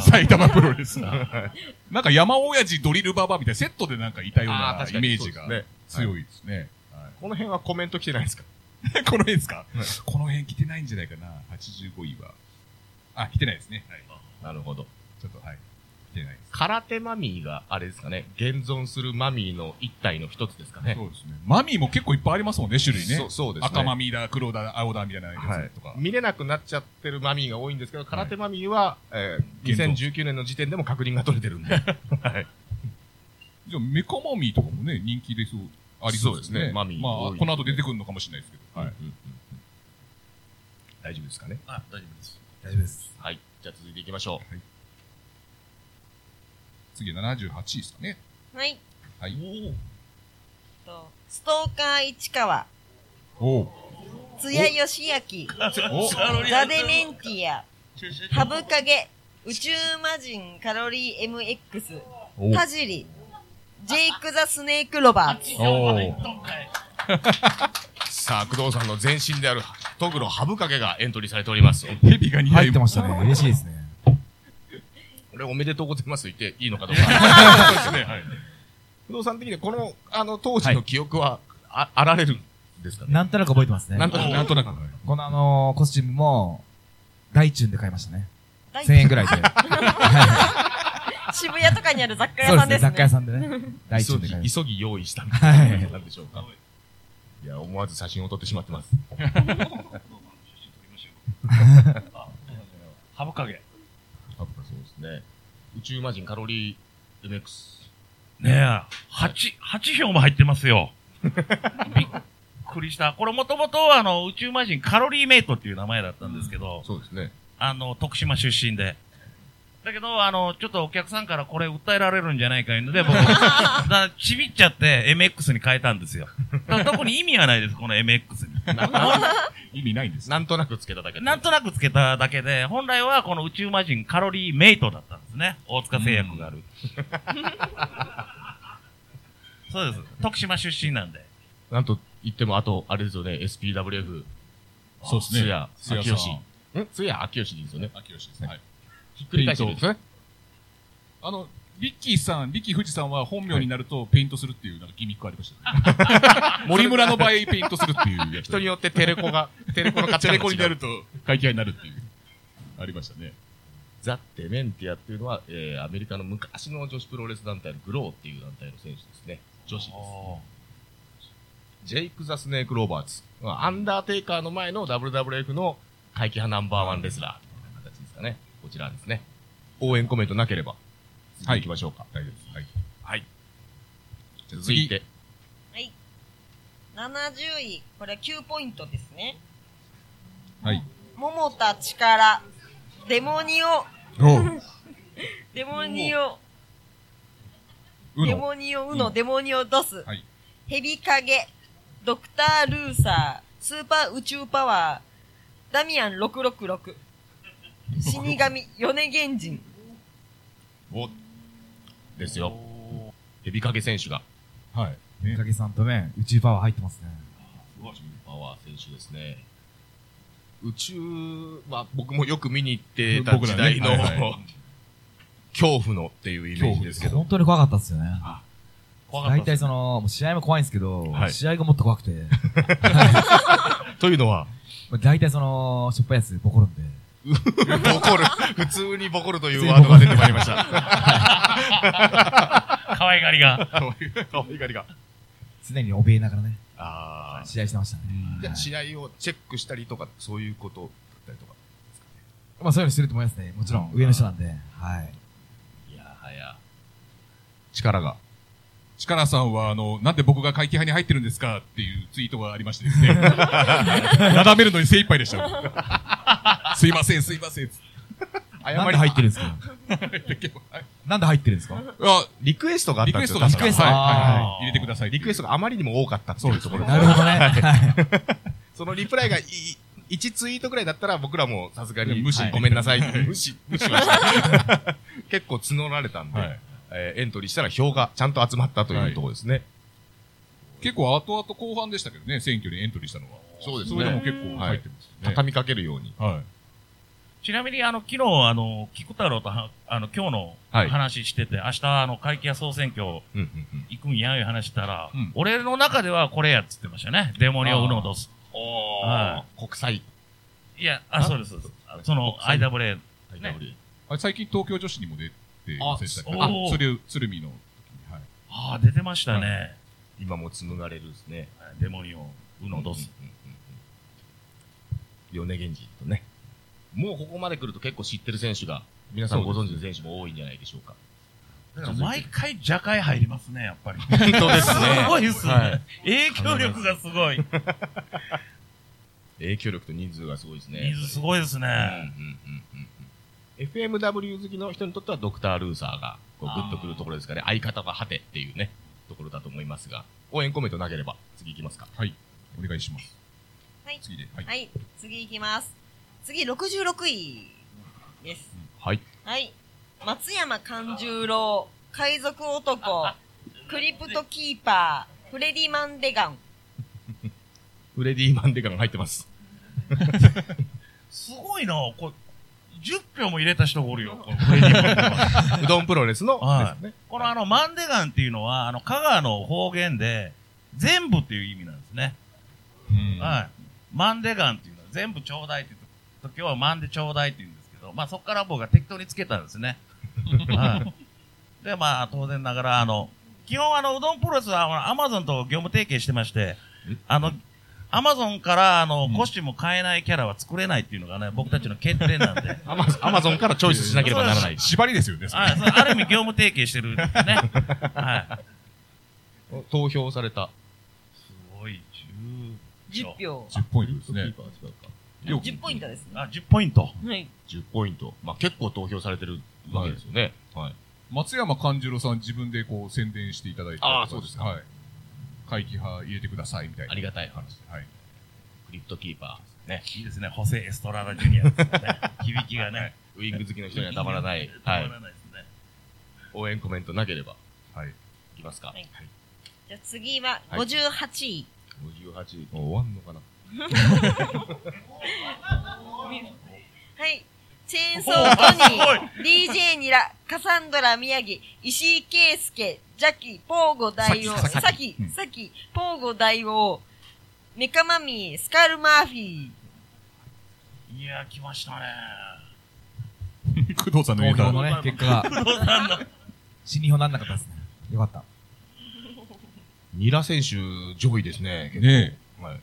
[SPEAKER 1] 埼玉プロレスラー。なんか山親父ドリルババアみたいなセットでなんかいたよう
[SPEAKER 3] あー
[SPEAKER 1] な
[SPEAKER 3] 確か
[SPEAKER 1] イ
[SPEAKER 3] に
[SPEAKER 1] メージが
[SPEAKER 3] そうですね
[SPEAKER 1] 強いですね。は
[SPEAKER 3] この辺はコメント来てないですか
[SPEAKER 1] いこの辺ですかこの辺来てないんじゃないかな、85位は。あ、来てないですね。はい。
[SPEAKER 3] なるほど。
[SPEAKER 1] ちょっと、はい。来てないです。
[SPEAKER 3] 空手マミーが、あれですかね、現存するマミーの一体の一つですかね。
[SPEAKER 1] そうですね。マミーも結構いっぱいありますもんね、種類ね。
[SPEAKER 3] そうそうですね
[SPEAKER 1] 赤マミーだ、黒だ、青だみたいな
[SPEAKER 3] は
[SPEAKER 1] や
[SPEAKER 3] い
[SPEAKER 1] つとか。
[SPEAKER 3] 見れなくなっちゃってるマミーが多いんですけど、空手マミーは、えー
[SPEAKER 1] 現存
[SPEAKER 3] 2019年の時点でも確認が取れてるんで。はい。
[SPEAKER 1] じゃあ、メカマミーとかもね、人気でそう、ありそうです
[SPEAKER 3] そう
[SPEAKER 1] ね。
[SPEAKER 3] ですねマミー
[SPEAKER 1] ま
[SPEAKER 3] 多
[SPEAKER 1] あ、
[SPEAKER 3] い
[SPEAKER 1] この後出てくるのかもしれないですけど。はい。
[SPEAKER 3] うんうんうん大丈夫ですかね。
[SPEAKER 4] あ、大丈夫です。
[SPEAKER 5] 大丈夫です。
[SPEAKER 3] はい。じゃあ続いていきましょ
[SPEAKER 1] 次、78位ですかね。
[SPEAKER 2] はい。
[SPEAKER 1] はい。
[SPEAKER 2] とストーカー市川、
[SPEAKER 1] おう
[SPEAKER 2] 津谷義明、
[SPEAKER 1] お
[SPEAKER 2] ザデメンティア、ハブカゲ、宇宙魔人カロリー MX、
[SPEAKER 1] お
[SPEAKER 2] 田尻、ジェイク・ザ・スネーク・ロバーツ。
[SPEAKER 1] おー
[SPEAKER 3] う。さあ、工藤さんの前身である、トグロハブカゲがエントリーされております。
[SPEAKER 1] ヘビが2
[SPEAKER 5] 入
[SPEAKER 1] 体
[SPEAKER 5] ってましたね。嬉しいですね。
[SPEAKER 3] 俺おめでとうございます言っていいのか どうか。
[SPEAKER 1] そうですね。はい。
[SPEAKER 3] 工藤さん的にはこの、あの、当時の記憶は、ああられるですかね。
[SPEAKER 5] なんとなく覚えてますね。
[SPEAKER 1] なんとなく、なんとなく。
[SPEAKER 5] このあのーコスチュームも、大チューンで買いましたね。
[SPEAKER 2] 大
[SPEAKER 5] 1000円ぐら いで。
[SPEAKER 2] 渋谷とかにある雑貨
[SPEAKER 5] そ
[SPEAKER 2] 屋
[SPEAKER 5] う
[SPEAKER 2] さんで
[SPEAKER 5] ですね、
[SPEAKER 2] すね。
[SPEAKER 5] 雑貨屋さ んでね。大チュ
[SPEAKER 3] 急
[SPEAKER 5] ーンで買いま
[SPEAKER 3] ぎ、
[SPEAKER 5] し
[SPEAKER 3] 急ぎ用意したみ
[SPEAKER 5] た。
[SPEAKER 3] た
[SPEAKER 5] はい
[SPEAKER 3] な、
[SPEAKER 5] い。
[SPEAKER 3] なんでしょうか。いや、思わず写真を撮ってしまってます。
[SPEAKER 4] ハブ影。
[SPEAKER 3] そうですね。宇宙魔人カロリー MX。
[SPEAKER 4] ねえ、8、八票も入ってますよ。びっくりした。これもともとあの、宇宙魔人カロリーメイトっていう名前だったんですけど、
[SPEAKER 3] そうですね。
[SPEAKER 4] あの、徳島出身で。だけど、あの、ちょっとお客さんからこれ訴えられるんじゃないかいうので、僕、 だからちびっちゃって MX に変えたんですよ。だから特に意味はないです、この MX に。
[SPEAKER 1] 意味ないんです。
[SPEAKER 3] なんとなくつけただけで
[SPEAKER 4] なんとなくつけただけで、本来はこの宇宙魔人カロリーメイトだったんですね。大塚製薬がある。そうです。徳島出身なんで。
[SPEAKER 3] なんと言っても、あと、あれですよね、SPWF。
[SPEAKER 1] そうですね
[SPEAKER 3] つや、
[SPEAKER 1] つや
[SPEAKER 3] 秋
[SPEAKER 1] さん
[SPEAKER 3] 吉。んつや、秋吉でいいですよね。
[SPEAKER 1] 秋吉ですね。はい。
[SPEAKER 3] ひっくり返してるんですね。
[SPEAKER 1] あの、リッキーさん、リッキー富士さんは本名になるとペイントするっていうなんかギミックありましたよね。 森村の場合ペイントするっていうやつ。
[SPEAKER 3] 人によってテレコ が、テレコの勝ち
[SPEAKER 1] テレコにな
[SPEAKER 3] る。
[SPEAKER 1] ると会計になるっていう。ありましたね。
[SPEAKER 3] ザ・テメンティアっていうのは、えー、アメリカの昔の女子プロレス団体のグローっていう団体の選手ですね。女子です。ジェイク・ザ・スネーク・ロバーツ。まあアンダーテイカーの前の WWF の怪奇派ナンバーワンレスラーみたいな形ですかね。こちらですね。応援コメントなければ、
[SPEAKER 1] は
[SPEAKER 3] はいい、行きましょうか。
[SPEAKER 1] 大丈夫です。はい。
[SPEAKER 3] はい。じゃあ続いて、
[SPEAKER 2] はい。70位。これは9ポイントですね。
[SPEAKER 1] はい。
[SPEAKER 2] 桃田力。デモニオ。
[SPEAKER 1] お
[SPEAKER 2] デモニオ。
[SPEAKER 1] う
[SPEAKER 2] デ
[SPEAKER 1] の。
[SPEAKER 2] モニオ、ウノ、デモニオ、ドス
[SPEAKER 1] はい。
[SPEAKER 2] ヘビカゲ。ドクター・ルーサー。スーパー宇宙パワー。ダミアン666。死神、米源人。
[SPEAKER 3] お、ですよ。ヘビ影選手が、
[SPEAKER 1] はい。
[SPEAKER 5] おかげさんとね、宇宙パワー入ってますね。
[SPEAKER 3] パワー選手ですね。宇宙、まあ僕もよく見に行ってた時代の、
[SPEAKER 1] 僕らねはいは
[SPEAKER 3] 恐怖のっていうイメージですけど。
[SPEAKER 5] 本当に怖かったっすよね。
[SPEAKER 4] 怖か
[SPEAKER 5] 大
[SPEAKER 4] ったで
[SPEAKER 5] 体
[SPEAKER 4] す。
[SPEAKER 5] その、もう試合も怖いんですけど
[SPEAKER 3] は、い
[SPEAKER 5] 試合がもっと怖くて、
[SPEAKER 3] というの は、
[SPEAKER 5] まあ大体その、しょっぱいやつボコるんで。
[SPEAKER 3] ボコる。普通にボコるというワードが出てまいりました。
[SPEAKER 4] 可愛がりが。
[SPEAKER 3] 可愛い可愛がりが。
[SPEAKER 5] 常に怯えながらね、
[SPEAKER 3] あ
[SPEAKER 5] 試合してましたね。
[SPEAKER 3] じゃあ
[SPEAKER 5] はい
[SPEAKER 3] 試合をチェックしたりとか、そういうことだったりとか。
[SPEAKER 5] まあそういうのしてると思いますね。もちろん、上の人なんで。はい。
[SPEAKER 3] いやはや。
[SPEAKER 1] 力が。力さんは、あの、なんで僕が会計派に入ってるんですかっていうツイートがありましてです ね。なだめるのに精一杯でした。すいません、すいません。
[SPEAKER 5] な
[SPEAKER 3] 謝
[SPEAKER 5] ん
[SPEAKER 3] り
[SPEAKER 5] で入ってるんですかなんで入ってるんです か
[SPEAKER 1] あ、
[SPEAKER 3] リクエストがあっ
[SPEAKER 1] リ
[SPEAKER 3] たん
[SPEAKER 1] クエ
[SPEAKER 3] です
[SPEAKER 1] ス
[SPEAKER 3] よ。
[SPEAKER 1] トだった
[SPEAKER 3] 確か
[SPEAKER 5] リクエスト
[SPEAKER 1] はいはい
[SPEAKER 4] あ
[SPEAKER 1] は
[SPEAKER 4] ー
[SPEAKER 1] い。入れてください。
[SPEAKER 3] リクエスト
[SPEAKER 1] が。
[SPEAKER 3] があまりにも多かったっていうところ
[SPEAKER 5] なるほどね。はい
[SPEAKER 3] そのリプライがいい1ツイートくらいだったら僕らもさすがに
[SPEAKER 1] 無視
[SPEAKER 3] ごめんなさいって。無視、無視しました。 結構募られたんで、
[SPEAKER 1] はい
[SPEAKER 3] えーエントリーしたら票がちゃんと集まったと
[SPEAKER 1] は
[SPEAKER 3] いう
[SPEAKER 1] い
[SPEAKER 3] ところですね。
[SPEAKER 1] 結構後々後半でしたけどね、選挙にエントリーしたのは。
[SPEAKER 3] そうですね
[SPEAKER 1] それでも結構入ってますよね。
[SPEAKER 3] 畳みかけるように。
[SPEAKER 1] はい。
[SPEAKER 4] ちなみに、あの、昨日、あの、菊太郎とは、あの、今日の
[SPEAKER 3] はい
[SPEAKER 4] 話してて、明日、あの、会計や総選挙
[SPEAKER 3] うんうんうん
[SPEAKER 4] 行くんや、いう話したら、
[SPEAKER 1] うん
[SPEAKER 4] 俺の中ではこれやっつってましたね。デモニオウノドス。は
[SPEAKER 3] 国際。
[SPEAKER 4] い。いや、あ、そうです。そうですあその、
[SPEAKER 3] そう
[SPEAKER 4] IWA。ね
[SPEAKER 1] あれ最近東京女子にも出てませんでしたっけ
[SPEAKER 4] あそう
[SPEAKER 1] あ鶴鶴見の時に。はい。
[SPEAKER 4] ああ、出てましたね。
[SPEAKER 3] 今も紡がれるですね。
[SPEAKER 4] デモニオウノドス。
[SPEAKER 3] うんうんうんうん。米源氏とね。もうここまで来ると結構知ってる選手が、皆さんご存知の選手も多いんじゃないでしょうか。
[SPEAKER 4] だから毎回、ジャカイ入りますね、やっぱり。
[SPEAKER 3] 本当です
[SPEAKER 4] すごいですね。
[SPEAKER 3] はい
[SPEAKER 4] 影響力がすごい。
[SPEAKER 3] 影響力と人数がすごいですね。
[SPEAKER 4] 水すごいですね。
[SPEAKER 3] FMW 好きの人にとってはドクター・ルーサーがこうグッとくるところですかね、相方が果てっていうね、ところだと思いますが、応援コメントなければ、次いきますか。
[SPEAKER 1] はい。お願いします。
[SPEAKER 2] はい。
[SPEAKER 1] 次で。はい。
[SPEAKER 2] はい。次いきます。次、66位です。
[SPEAKER 3] はい。
[SPEAKER 2] はい。松山勘十郎、海賊男、クリプトキーパー、フレディ・マンデガン。
[SPEAKER 3] フレディ・マンデガン入ってます。
[SPEAKER 4] すごいな。これ、10票も入れた人がおるよ。このフレディマンデガ ン
[SPEAKER 3] うどんプロレスの、
[SPEAKER 4] は
[SPEAKER 3] ですね。
[SPEAKER 4] このあの、マンデガンっていうのは、あの、香川の方言で、全部っていう意味なんですね。
[SPEAKER 1] うん
[SPEAKER 4] はい。マンデガンっていうのは全部ちょうだいって言った時はマンデちょうだいって言うんですけど、まあそこから僕が適当につけたんですね。はい。で、まあ当然ながら、あの、基本あの、うどんプロレスはアマゾンと業務提携してまして、あの、アマゾンからあの、コスチューム買えないキャラは作れないっていうのがね、僕たちの欠点なんで。はい、
[SPEAKER 3] アマゾンアマゾンからチョイスしなければならない。
[SPEAKER 1] 縛りですよね、それ
[SPEAKER 4] それある意味業務提携してるんですね。はい。
[SPEAKER 3] 投票された。
[SPEAKER 4] すごい、10
[SPEAKER 2] 10票。
[SPEAKER 1] 10ポイントですね。
[SPEAKER 3] よく
[SPEAKER 2] 10ポイントですね。
[SPEAKER 4] あ、10ポイント。
[SPEAKER 2] はい。
[SPEAKER 3] 10ポイント。まあ結構投票されてるわけですよね。はい。
[SPEAKER 1] 松山勘十郎さん自分でこう宣伝していただいて。
[SPEAKER 3] あーそうですか
[SPEAKER 1] はい。会期派入れてください、みたいな。
[SPEAKER 3] ありがたい話。
[SPEAKER 1] はい。
[SPEAKER 3] クリプトキーパー。ね。
[SPEAKER 4] いいですね、ホセ・エストラダ・ジュニ アですね。響きがね。
[SPEAKER 3] ウイング好きの人にはたまらない。
[SPEAKER 4] たま
[SPEAKER 3] はい。
[SPEAKER 4] らないですね。
[SPEAKER 3] 応援コメントなければ。
[SPEAKER 1] はい。
[SPEAKER 3] いきますか。
[SPEAKER 2] はいじゃあ次は58位。
[SPEAKER 3] 58。もう終わんのかな
[SPEAKER 2] はい。チェーンソートニー、DJ ニラ、カサンドラ宮城、石井圭介、ジャキ、ポーゴ大王、
[SPEAKER 1] さき
[SPEAKER 2] さき
[SPEAKER 1] うん、
[SPEAKER 2] さき、ポーゴ大王、メカマミー、スカルマーフィー。
[SPEAKER 4] いやー、来ましたね。
[SPEAKER 1] 工藤さんの
[SPEAKER 5] 投
[SPEAKER 1] ネ
[SPEAKER 5] 票
[SPEAKER 1] タ
[SPEAKER 5] のね、結果が、
[SPEAKER 4] 工藤さ んの。
[SPEAKER 5] 死に票になんなかったですね。よかった。
[SPEAKER 3] ニラ選手上位ですね。
[SPEAKER 1] ね
[SPEAKER 3] はい。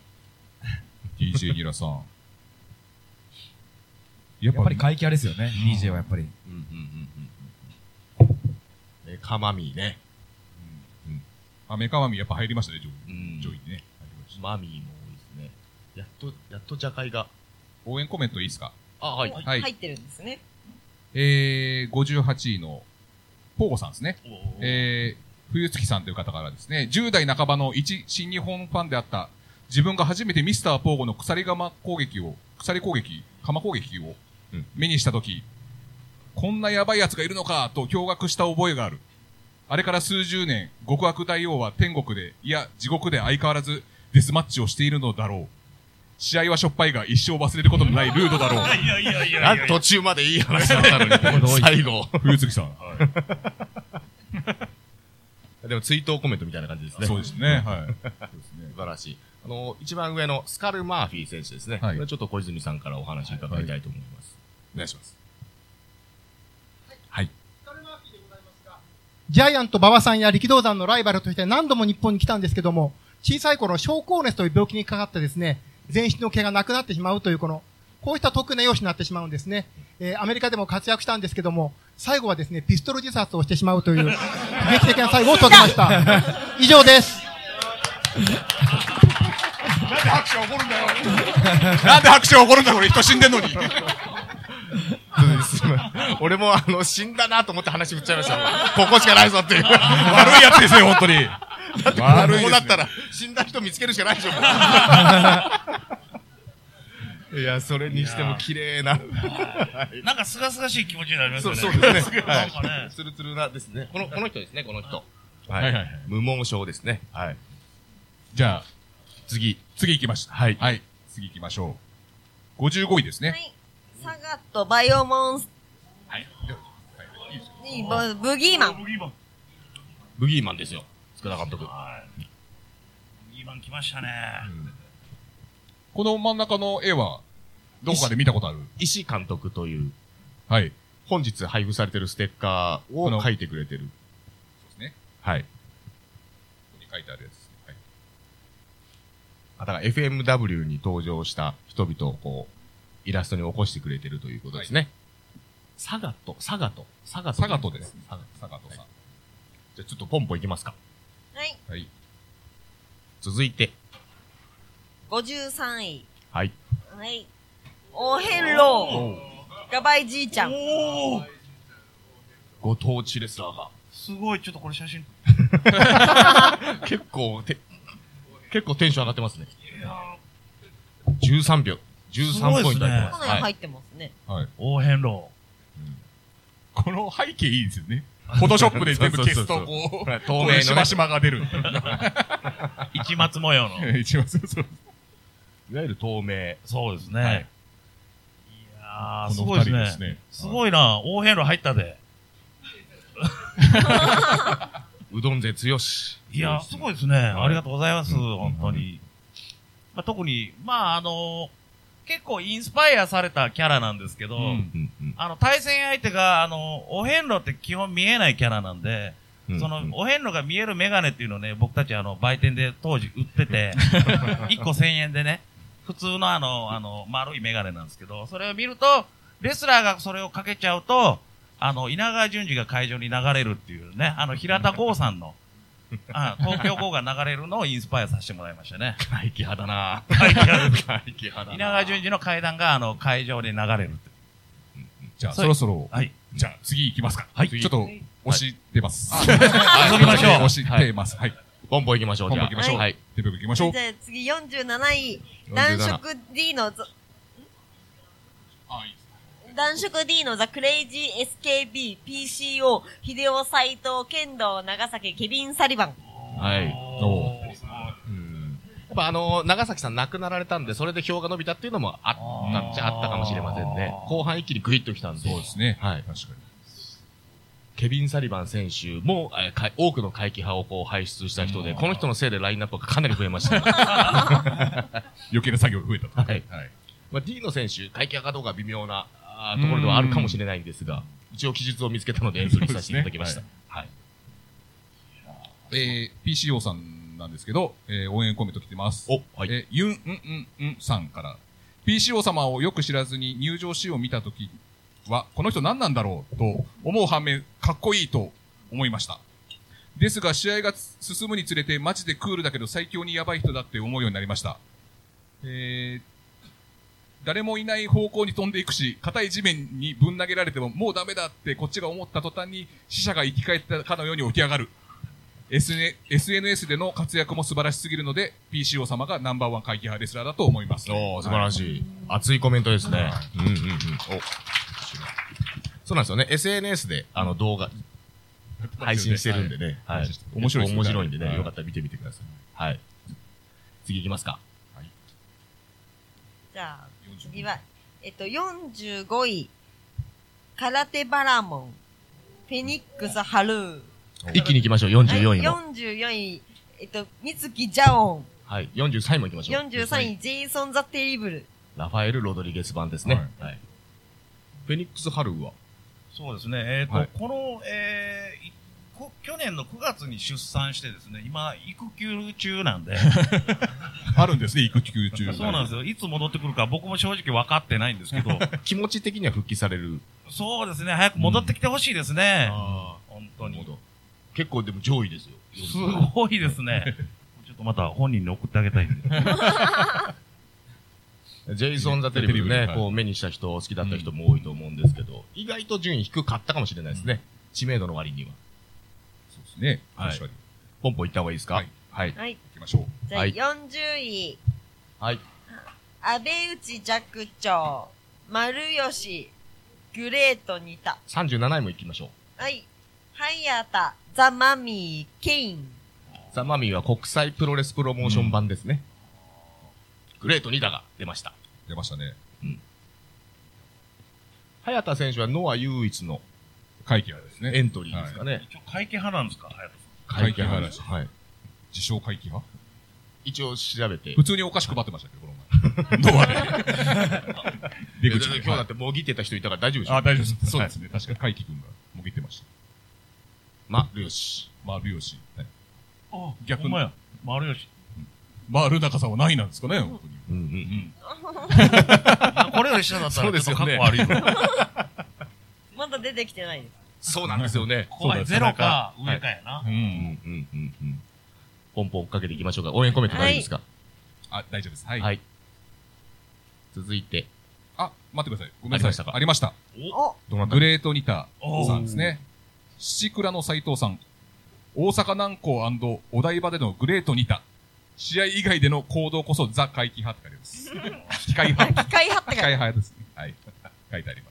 [SPEAKER 1] え、DJ ギラさん。や
[SPEAKER 5] や
[SPEAKER 1] っ
[SPEAKER 5] っ
[SPEAKER 1] ぱ
[SPEAKER 5] ぱり
[SPEAKER 1] り、
[SPEAKER 5] 怪奇派ですよね、DJ はやっぱり。
[SPEAKER 3] うんうんうんうん。え、かまみね。
[SPEAKER 1] アメカマミやっぱ入りましたね、上
[SPEAKER 3] う
[SPEAKER 1] 位。
[SPEAKER 3] ん
[SPEAKER 1] 上位にね。
[SPEAKER 3] マミーも多いですね。やっと、やっとじゃかいが。
[SPEAKER 1] 応援コメントいいですか
[SPEAKER 3] あ、はい。
[SPEAKER 2] もう
[SPEAKER 1] はい
[SPEAKER 2] 入ってるんですね。
[SPEAKER 1] えー、58位の、ポーゴさんですね。
[SPEAKER 4] おー
[SPEAKER 1] えー、冬月さんという方からですね、10代半ばの一新日本ファンであった、自分が初めてミスターポーゴの鎖釜攻撃を、鎖攻撃釜攻撃を
[SPEAKER 3] うん
[SPEAKER 1] 目にしたとき、こんなやばい奴がいるのかと驚愕した覚えがある。あれから数十年、極悪大王は天国で、いや、地獄で相変わらずデスマッチをしているのだろう。試合はしょっぱいが一生忘れることのないルードだろう。
[SPEAKER 4] いやいやいやいやいや
[SPEAKER 3] なん途中までいい話だったのに、最後。
[SPEAKER 1] 冬月さん。
[SPEAKER 3] でも追悼コメントみたいな感じですね。
[SPEAKER 1] そうですね。はい。そうですね
[SPEAKER 3] 素晴らしい。あの、一番上のスカル・マーフィー選手ですね。
[SPEAKER 1] はい
[SPEAKER 3] これちょっと小泉さんからお話伺いたいと思います。
[SPEAKER 1] お願いします。
[SPEAKER 7] ジャイアント馬場さんや力道山のライバルとして何度も日本に来たんですけども、小さい頃、症候熱という病気にかかってですね、全身の毛がなくなってしまうというこの、こうした特な容姿になってしまうんですね。えーアメリカでも活躍したんですけども、最後はですね、ピストル自殺をしてしまうという、悲劇的な最後を遂げました。以上です。
[SPEAKER 1] なんで拍手が起こるんだこれ人死んでんのに。
[SPEAKER 3] すいません 俺もあの、死んだなと思って話振っちゃいま した。ここしかないぞっていう。こ
[SPEAKER 1] 悪いやつですよ、本当に。悪いですね
[SPEAKER 3] うなったら、死んだ人見つけるしかないでし ょ。いや、それにしても綺麗な。
[SPEAKER 4] なんかすがすがしい気持ちになります
[SPEAKER 3] そ
[SPEAKER 4] よ
[SPEAKER 3] う
[SPEAKER 4] ね。
[SPEAKER 3] そうですね。
[SPEAKER 4] なんかね。
[SPEAKER 3] ツルツルなですね。この、この人ですね、この人。はい
[SPEAKER 1] はいはい
[SPEAKER 3] 無毛症ですね。はい。
[SPEAKER 1] じゃあ、次。次行きましょう。はい。はい。次行きましょう。55位です
[SPEAKER 2] は
[SPEAKER 1] ね。
[SPEAKER 2] い。サガット、バイオモンス
[SPEAKER 1] はい。
[SPEAKER 2] いいブブギーマン。
[SPEAKER 4] ブギーマン。
[SPEAKER 3] ブギーマンですよ。塚田監督。
[SPEAKER 4] はい。ブギーマン来ましたね。
[SPEAKER 1] この真ん中の絵は、どこかで見たことある
[SPEAKER 3] 石井監督という、
[SPEAKER 1] はい。
[SPEAKER 3] 本日配布されてるステッカー
[SPEAKER 1] この
[SPEAKER 3] を書いてくれてる。
[SPEAKER 1] そうですね。
[SPEAKER 3] はい。
[SPEAKER 1] ここに書いてあるやつですね。はい。
[SPEAKER 3] だから FMW に登場した人々をこう、イラストに起こしてくれてるということですね。サガト、サガト、サガト。
[SPEAKER 1] 佐賀とです。
[SPEAKER 3] サガ
[SPEAKER 1] 佐賀とさん。
[SPEAKER 3] じゃあちょっとポンポンいきますか。
[SPEAKER 2] はい。
[SPEAKER 1] はい。
[SPEAKER 3] 続いて、
[SPEAKER 2] 53位。
[SPEAKER 3] はい。
[SPEAKER 2] はい。おへんろう。ガバイじいちゃん。
[SPEAKER 4] おー
[SPEAKER 3] ご当地レスラーが。
[SPEAKER 4] すごい、ちょっとこれ写真。い
[SPEAKER 3] 結構、て、結構テンション上がってますね。
[SPEAKER 4] や
[SPEAKER 3] 13秒。
[SPEAKER 4] すご
[SPEAKER 3] 13
[SPEAKER 4] いですね
[SPEAKER 3] ポイントありま
[SPEAKER 2] か
[SPEAKER 3] す。
[SPEAKER 2] なり
[SPEAKER 3] は
[SPEAKER 2] 入
[SPEAKER 3] い。
[SPEAKER 2] ってますね。
[SPEAKER 1] はい。
[SPEAKER 4] ー、大変ロ
[SPEAKER 1] この背景いいですよね。フォトショップで全部消すと、こう、
[SPEAKER 3] 透
[SPEAKER 1] こ
[SPEAKER 3] 明の
[SPEAKER 1] うい
[SPEAKER 3] ね
[SPEAKER 1] うしましまが出る。
[SPEAKER 4] ー。市松模様の。
[SPEAKER 1] 一番そうそう。
[SPEAKER 3] いわゆる透明。
[SPEAKER 4] そうです
[SPEAKER 1] は
[SPEAKER 4] ね
[SPEAKER 1] い。
[SPEAKER 4] いやー、
[SPEAKER 1] こ
[SPEAKER 4] す
[SPEAKER 1] の
[SPEAKER 4] ご
[SPEAKER 1] 二
[SPEAKER 4] い
[SPEAKER 1] 人
[SPEAKER 4] で
[SPEAKER 1] ですす
[SPEAKER 4] ね。
[SPEAKER 1] ね。
[SPEAKER 4] すごいな、大変ロ入ったで。
[SPEAKER 3] うどん勢強し。
[SPEAKER 4] いや、すごいですね。ありがとうございます、本当に。まあ、特に、まあ、あの結構インスパイアされたキャラなんですけど、
[SPEAKER 1] うん
[SPEAKER 3] うんうん
[SPEAKER 4] あの、対戦相手が、あの、お遍路って基本見えないキャラなんで、
[SPEAKER 3] うん
[SPEAKER 4] その、お遍路が見えるメガネっていうのをね、僕たちあの、売店で当時売って て、1個1000円でね、普通のあの、あの、丸いメガネなんですけど、それを見ると、レスラーがそれをかけちゃうと、あの、稲川淳二が会場に流れるっていうね、あの、平田剛さ んの、あ東京剛が流れるのをインスパイアさせてもらいましたね。
[SPEAKER 3] 怪奇派だな
[SPEAKER 4] 怪奇派で
[SPEAKER 3] 怪奇派だな
[SPEAKER 4] 稲川淳二の階段が、あの、会場で流れるって
[SPEAKER 1] じゃあ、
[SPEAKER 4] そ
[SPEAKER 1] そ
[SPEAKER 4] れ
[SPEAKER 1] ろそろ、
[SPEAKER 4] はい。
[SPEAKER 1] じゃあ、次行きますか。
[SPEAKER 3] はい
[SPEAKER 1] 次ちょっと、押してます。
[SPEAKER 3] はい
[SPEAKER 4] 遊びましょう
[SPEAKER 1] 押してます。はい。
[SPEAKER 3] ボンボン行きましょう、じゃあ。
[SPEAKER 1] ボンボン行きましょう
[SPEAKER 3] はい。
[SPEAKER 1] 手袋行きましょう
[SPEAKER 2] じ。ゃあ次47位、男色 D のザ、
[SPEAKER 1] あいいです
[SPEAKER 2] 男色 D のザ・クレイジー SKB、PCO、秀夫斎藤、剣道、長崎、ケビン・サリバン。
[SPEAKER 3] はい。
[SPEAKER 1] おー
[SPEAKER 3] うんやっぱあの、長崎さん亡くなられたんで、それで票が伸びたっていうのもあったっちゃあったかもしれませんね
[SPEAKER 4] あ。ー
[SPEAKER 3] 後半一気にグイッときたんで。
[SPEAKER 1] そうですね。
[SPEAKER 3] はい
[SPEAKER 1] 確か
[SPEAKER 3] ケビン・サリバン選手も、えーか多くの怪奇派をこう輩出した人で、この人のせいでラインナップがかなり増えま した。
[SPEAKER 1] に。余計な作業が増えたと。
[SPEAKER 3] はい
[SPEAKER 1] はい。
[SPEAKER 3] まあ、D の選手、怪奇派かどうか微妙なあーところではあるかもしれないんですが、一応記述を見つけたのでエントリーさせていただきました。
[SPEAKER 1] そ
[SPEAKER 3] はい。
[SPEAKER 1] えー、PCO さんなんですけど、えー応援コメント来てます。
[SPEAKER 3] お、はい。
[SPEAKER 1] えーユン、うん、うん、うんさんから、PCO 様をよく知らずに入場シーンを見たときは、この人何なんだろうと思う反面、かっこいいと思いました。ですが、試合がつ進むにつれて、マジでクールだけど最強にやばい人だって思うようになりました。えー誰もいない方向に飛んでいくし、硬い地面にぶん投げられても、もうダメだってこっちが思った途端に、死者が生き返ったかのように起き上がる。SN SNS での活躍も素晴らしすぎるので、PCO 様がナンバーワン会議派レスラーだと思います。
[SPEAKER 3] おー、素晴らしい。熱いコメントですね。うんうんうん。お。そうなんですよね。SNS で、あの、動画、配信してるんでね。
[SPEAKER 1] はい
[SPEAKER 3] はい
[SPEAKER 1] 配信して。面白いですね
[SPEAKER 3] 面白いんで
[SPEAKER 1] は
[SPEAKER 3] ね。
[SPEAKER 1] い
[SPEAKER 3] よかったら見てみてください。はい。次行きますか。
[SPEAKER 2] じゃあ、次は、えっと、45位、空手バラモン、フェニックス・ハルー。
[SPEAKER 3] 一気に行きましょう。44位も。
[SPEAKER 2] 44位、えっと、三月ジャオン。
[SPEAKER 3] はい。43位も行きましょう。
[SPEAKER 2] 43位、ジェイソン・ザ・テリブル。
[SPEAKER 3] ラファエル・ロドリゲス版ですね。はい。フェニックス・ハルーは
[SPEAKER 4] そうですね。えっ、と、
[SPEAKER 3] はい
[SPEAKER 4] この、えーいこ去年の9月に出産してですね、今、育休中なん で、
[SPEAKER 1] あるんですね、育休中。
[SPEAKER 4] そうなんですよ。いつ戻ってくるか僕も正直分かってないんです けど、
[SPEAKER 3] 気持ち的には復帰される。
[SPEAKER 4] そうですね、早く戻ってきてほしいですね。
[SPEAKER 3] あ
[SPEAKER 4] 本
[SPEAKER 3] あ
[SPEAKER 4] 当に。
[SPEAKER 3] 結構でも上位ですよ。
[SPEAKER 4] すごいですね。ちょっとまた本人に送ってあげたい んで。
[SPEAKER 3] ジェイソン・ザ・テレビ
[SPEAKER 1] テレビ
[SPEAKER 3] ね
[SPEAKER 1] は、い
[SPEAKER 3] こう目にした人、好きだった人も多いと思うんですけど、意外と順位低かったかもしれないですね。知名度の割には。
[SPEAKER 1] そうですね。
[SPEAKER 3] はい
[SPEAKER 1] 確かに。
[SPEAKER 3] ポンポン行った方がいいです
[SPEAKER 1] は
[SPEAKER 3] か
[SPEAKER 1] い
[SPEAKER 3] はい。
[SPEAKER 2] はい。
[SPEAKER 1] 行きましょう。
[SPEAKER 2] じゃあ、
[SPEAKER 3] はい
[SPEAKER 2] 40位、
[SPEAKER 3] はい。
[SPEAKER 2] 安倍内寂聴、丸吉、グレート・ニタ。
[SPEAKER 3] 37位も行きましょう。
[SPEAKER 2] はい。ハイアタ、ザ・マミー、ケイン。
[SPEAKER 3] ザ・マミーは国際プロレスプロモーション版ですね。グレート・ニダが出ました。
[SPEAKER 1] 出ましたね。
[SPEAKER 3] 早田選手はノア唯一の
[SPEAKER 1] 会議派ですね。
[SPEAKER 3] エントリーですかね。
[SPEAKER 4] 一応会計派なんですか、隼人
[SPEAKER 1] 会計
[SPEAKER 3] 派
[SPEAKER 1] 派
[SPEAKER 3] で
[SPEAKER 1] ですす
[SPEAKER 3] はい。
[SPEAKER 1] 自称会議派
[SPEAKER 3] 一応調べて。
[SPEAKER 1] 普通にお菓子配ってましたけど、この前。どうあれ出
[SPEAKER 3] い
[SPEAKER 1] 口
[SPEAKER 3] や
[SPEAKER 1] で
[SPEAKER 3] 今日だってもぎってた人いたから大丈夫でしょ
[SPEAKER 1] あ、大丈夫です。そうですね。確かに会議君がもぎってました。
[SPEAKER 3] ま、よし。
[SPEAKER 1] 丸吉。はい
[SPEAKER 4] さん。あ
[SPEAKER 1] 逆に
[SPEAKER 4] ほんまや。丸吉。
[SPEAKER 1] 丸中さんは何位なんですかね、本当に。
[SPEAKER 3] うんうん。
[SPEAKER 4] これより下だった
[SPEAKER 3] そう
[SPEAKER 4] ら
[SPEAKER 3] で
[SPEAKER 4] ち
[SPEAKER 3] す
[SPEAKER 4] ょっと
[SPEAKER 3] よ
[SPEAKER 4] 過
[SPEAKER 3] ね
[SPEAKER 4] 去悪いぞ。
[SPEAKER 2] まだ出てきてないです。
[SPEAKER 3] そうなんですよね。
[SPEAKER 4] 怖い。ゼロか上かやな。
[SPEAKER 1] う。
[SPEAKER 3] うんんうんうんうん。ポンポン追っかけていきましょうか。応援コメント大丈夫ですか
[SPEAKER 1] あ、大丈夫です。は
[SPEAKER 3] はい。
[SPEAKER 1] い。
[SPEAKER 3] 続いて、
[SPEAKER 1] あ、待ってください。ごめんなさい。
[SPEAKER 3] あ
[SPEAKER 1] ありました。
[SPEAKER 2] お
[SPEAKER 3] どなた
[SPEAKER 1] グレートニタさんですね。七倉の斎藤さん。大阪南港お台場でのグレートニタ。試合以外以外での行動こそザ怪奇派って書いてます。機械
[SPEAKER 2] あ、
[SPEAKER 1] 派。
[SPEAKER 2] 機械派っ
[SPEAKER 1] 機
[SPEAKER 2] てか
[SPEAKER 1] 械派ですね。はい。 書いてありま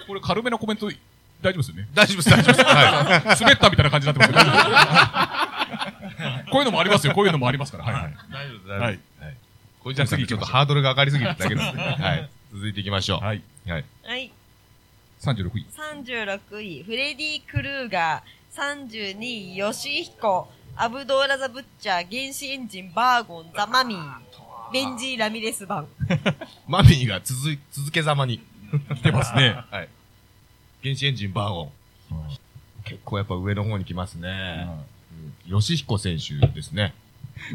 [SPEAKER 1] す。これ軽めのコメント、大丈夫ですよね。
[SPEAKER 3] 大丈夫です、大丈夫です。は い。
[SPEAKER 1] 滑ったみたいな感じになってますけど大丈夫です。こういうのもありますよ。こういうのもありますから。はいはい。
[SPEAKER 4] 大丈夫です、大
[SPEAKER 1] は
[SPEAKER 4] 丈
[SPEAKER 1] い。
[SPEAKER 3] これじゃあ次ちょっとハードルが上がりすぎるだ けなんで。はい。続いていきましょう。
[SPEAKER 1] はい。
[SPEAKER 2] はい。
[SPEAKER 1] 36位。
[SPEAKER 2] 36位、フレディ・クルーガー。32位、ヨシヒコ。アブドーラ・ザ・ブッチャー、原始エンジン、バーゴン、ザ・マミー。ベンジー・ラミレス版。
[SPEAKER 3] マミーが続い、続けざまに。
[SPEAKER 1] 来てますね。
[SPEAKER 3] はい。原始エンジンバーオン。結構やっぱ上の方に来ますね。吉彦選手ですね。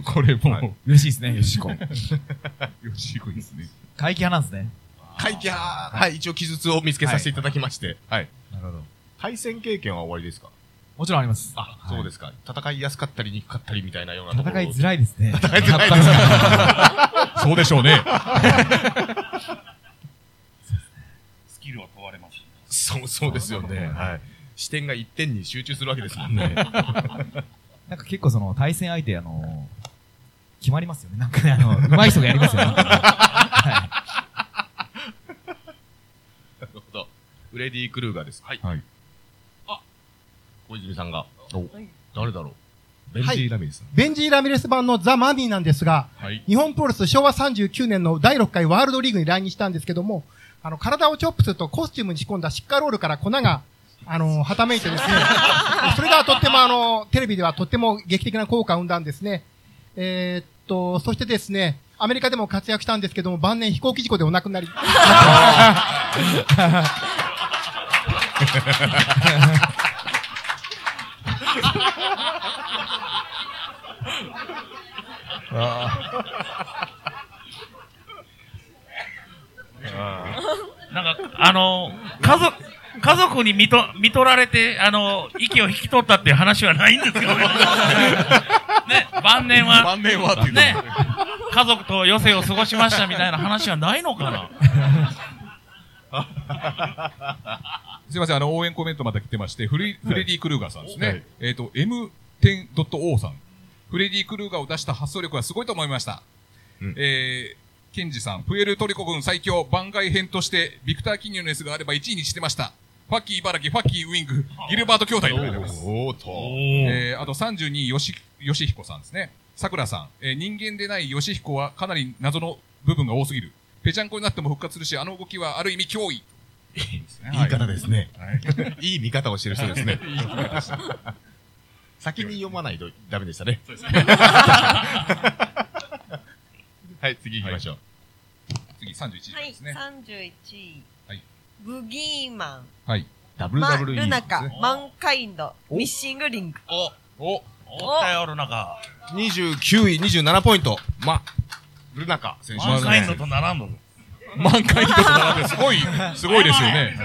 [SPEAKER 1] これも、
[SPEAKER 3] はい
[SPEAKER 5] 嬉しいですね、よしこ。
[SPEAKER 1] よしいですね。
[SPEAKER 5] 怪奇派なんですね。
[SPEAKER 3] 会計派、はい、一応記述を見つけさせていただきまして、はい。
[SPEAKER 5] なるほど。
[SPEAKER 3] 対戦経験は終わりですか
[SPEAKER 5] もちろんあります。
[SPEAKER 3] あ、そうですか。戦いやすかったり、憎かったりみたいなようなところ
[SPEAKER 5] 戦いづらいですね。
[SPEAKER 3] 戦いづらいですか
[SPEAKER 1] そうでしょう ね。
[SPEAKER 4] スキルは問われます。
[SPEAKER 3] そう、そうですよね。はい。視点が一点に集中するわけですもんね。
[SPEAKER 5] なんか結構その対戦相手、あのー、決まりますよね。なんかね、あ の、上手い人がやりますよね。は
[SPEAKER 3] なるほど。フレディ・クルーガーです。はい。
[SPEAKER 1] はい
[SPEAKER 3] あ小泉さんが。誰だろうベンジー・ラミレスさん。
[SPEAKER 7] ベンジー・ラミレス版のザ・マミーなんですが、
[SPEAKER 1] はい。
[SPEAKER 7] 日本プロレス昭和39年の第6回ワールドリーグに来日したんですけども、あの、体をチョップするとコスチュームに仕込んだシッカーロールから粉が、あの、はためいてですね、 それがとってもあの、テレビではとっても劇的な効果を生んだんですね。えーっと、そしてですね、アメリカでも活躍したんですけども、晩年飛行機事故でお亡くなり。
[SPEAKER 4] なんか、あの、家族、家族に見と、見取られて、あの、息を引き取ったっていう話はないんですけどね。ね、晩年は、
[SPEAKER 1] 晩年はっていう
[SPEAKER 4] ね、家族と余生を過ごしましたみたいな話はないのかな。
[SPEAKER 1] すいません、あの、応援コメントまた来てまして、フレフレディ・クルーガーさんですね。えっ、と、m10.o さん。フレディ・クルーガーを出した発想力はすごいと思いました。
[SPEAKER 3] うん
[SPEAKER 1] えー、ケンジさん、プエルトリコ軍最強番外編として、ビクター・キニュネスがあれば1位にしてました。ファッキー・茨城、ファッキー・ウィング、ギルバート兄弟と書いてあります。
[SPEAKER 3] おーっと。
[SPEAKER 1] えー、あと32位、よし、よしひこさんですね。さくらさん、えー、人間でないよしひこはかなり謎の部分が多すぎる。ぺちゃんこになっても復活するし、あの動きはある意味脅威。
[SPEAKER 3] いい方ですね。いい見方をしてる人ですね。 先に読まないとダメでしたね。 はい、次行きましょう。
[SPEAKER 1] 次31位
[SPEAKER 2] はい、
[SPEAKER 1] ですね。
[SPEAKER 2] 31位。
[SPEAKER 1] はい
[SPEAKER 2] ブギーマン。
[SPEAKER 1] はい。
[SPEAKER 2] ま、
[SPEAKER 3] WWE
[SPEAKER 2] ルナカ
[SPEAKER 3] ですね。、
[SPEAKER 2] マンカインド、ミッシングリング。
[SPEAKER 3] お、お、
[SPEAKER 4] おったよ、ルナカ。
[SPEAKER 3] 29位、27ポイント。ま、ルナカ選手
[SPEAKER 4] マ
[SPEAKER 3] で
[SPEAKER 4] ン
[SPEAKER 3] す
[SPEAKER 4] カインド
[SPEAKER 3] ね。
[SPEAKER 4] と並んどる。
[SPEAKER 1] 満開とかなんてすごい、すごいですよね。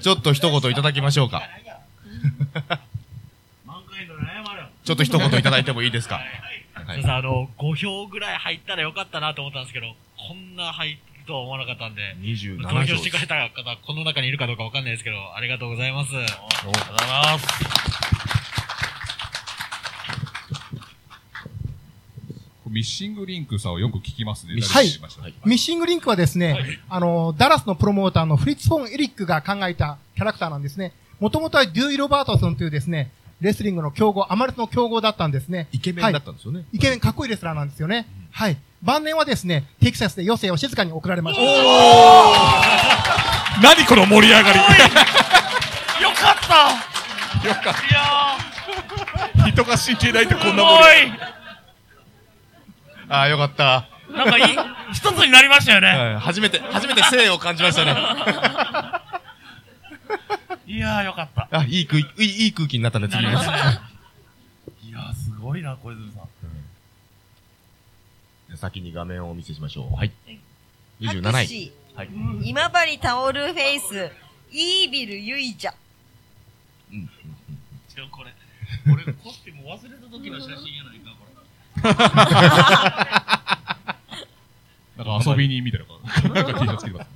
[SPEAKER 3] ちょっと一言いただきましょうか。
[SPEAKER 8] マンカインドに謝れよ。
[SPEAKER 3] ちょっと一言いただいてもいいですか。は
[SPEAKER 8] そう
[SPEAKER 3] い
[SPEAKER 8] ですあの、5票ぐらい入ったらよかったなと思ったんですけど、こんな入るとは思わなかったんで、
[SPEAKER 3] 27
[SPEAKER 8] 投票
[SPEAKER 3] 票
[SPEAKER 8] してくれた方、この中にいるかどうかわかんないですけど、ありがとうございます。
[SPEAKER 4] ありがとうございます。
[SPEAKER 1] ミッシングリンクさんをよく聞きますね。
[SPEAKER 3] ミッシ
[SPEAKER 7] ング
[SPEAKER 1] 誰にしました
[SPEAKER 3] はい
[SPEAKER 7] ミッシングリンクはですね、あの、ダラスのプロモーターのフリッツ・フォン・エリックが考えたキャラクターなんですね。もともとはデューイ・ロバートソンというですね、レスリングの強豪、アマレスの強豪だったんですね。
[SPEAKER 3] イケメンだったんですよね。
[SPEAKER 7] イケメンかっこいいレスラーなんですよね。はい。晩年はですね、テキサスで余生を静かに送られました。
[SPEAKER 1] 何この盛り上 がり
[SPEAKER 4] よかった
[SPEAKER 1] よかっ
[SPEAKER 4] いや
[SPEAKER 1] た。人が信じないとこ
[SPEAKER 4] ー、す
[SPEAKER 1] んな盛り上がり。
[SPEAKER 4] ご
[SPEAKER 3] ああ、よかった。
[SPEAKER 4] いなんかいい、一つになりましたよね。
[SPEAKER 3] はい初めて、初めて性を感じましたね。
[SPEAKER 4] いやー、よかった。
[SPEAKER 3] あ、いい空気、いいいい空気になったね、次。
[SPEAKER 4] いやー、すごいな、小泉さん。
[SPEAKER 3] 先に画面をお見せしましょう。はい。27
[SPEAKER 2] 拍
[SPEAKER 3] 位。
[SPEAKER 2] 手
[SPEAKER 3] はい。
[SPEAKER 2] 今治タオルフェイス、イービル・ユイジャ。
[SPEAKER 8] ちょ、これ、俺、コスチューム忘れた時の写真やないか、これ。
[SPEAKER 1] なんか遊びにみたいな。なんか T シャツ着て ます。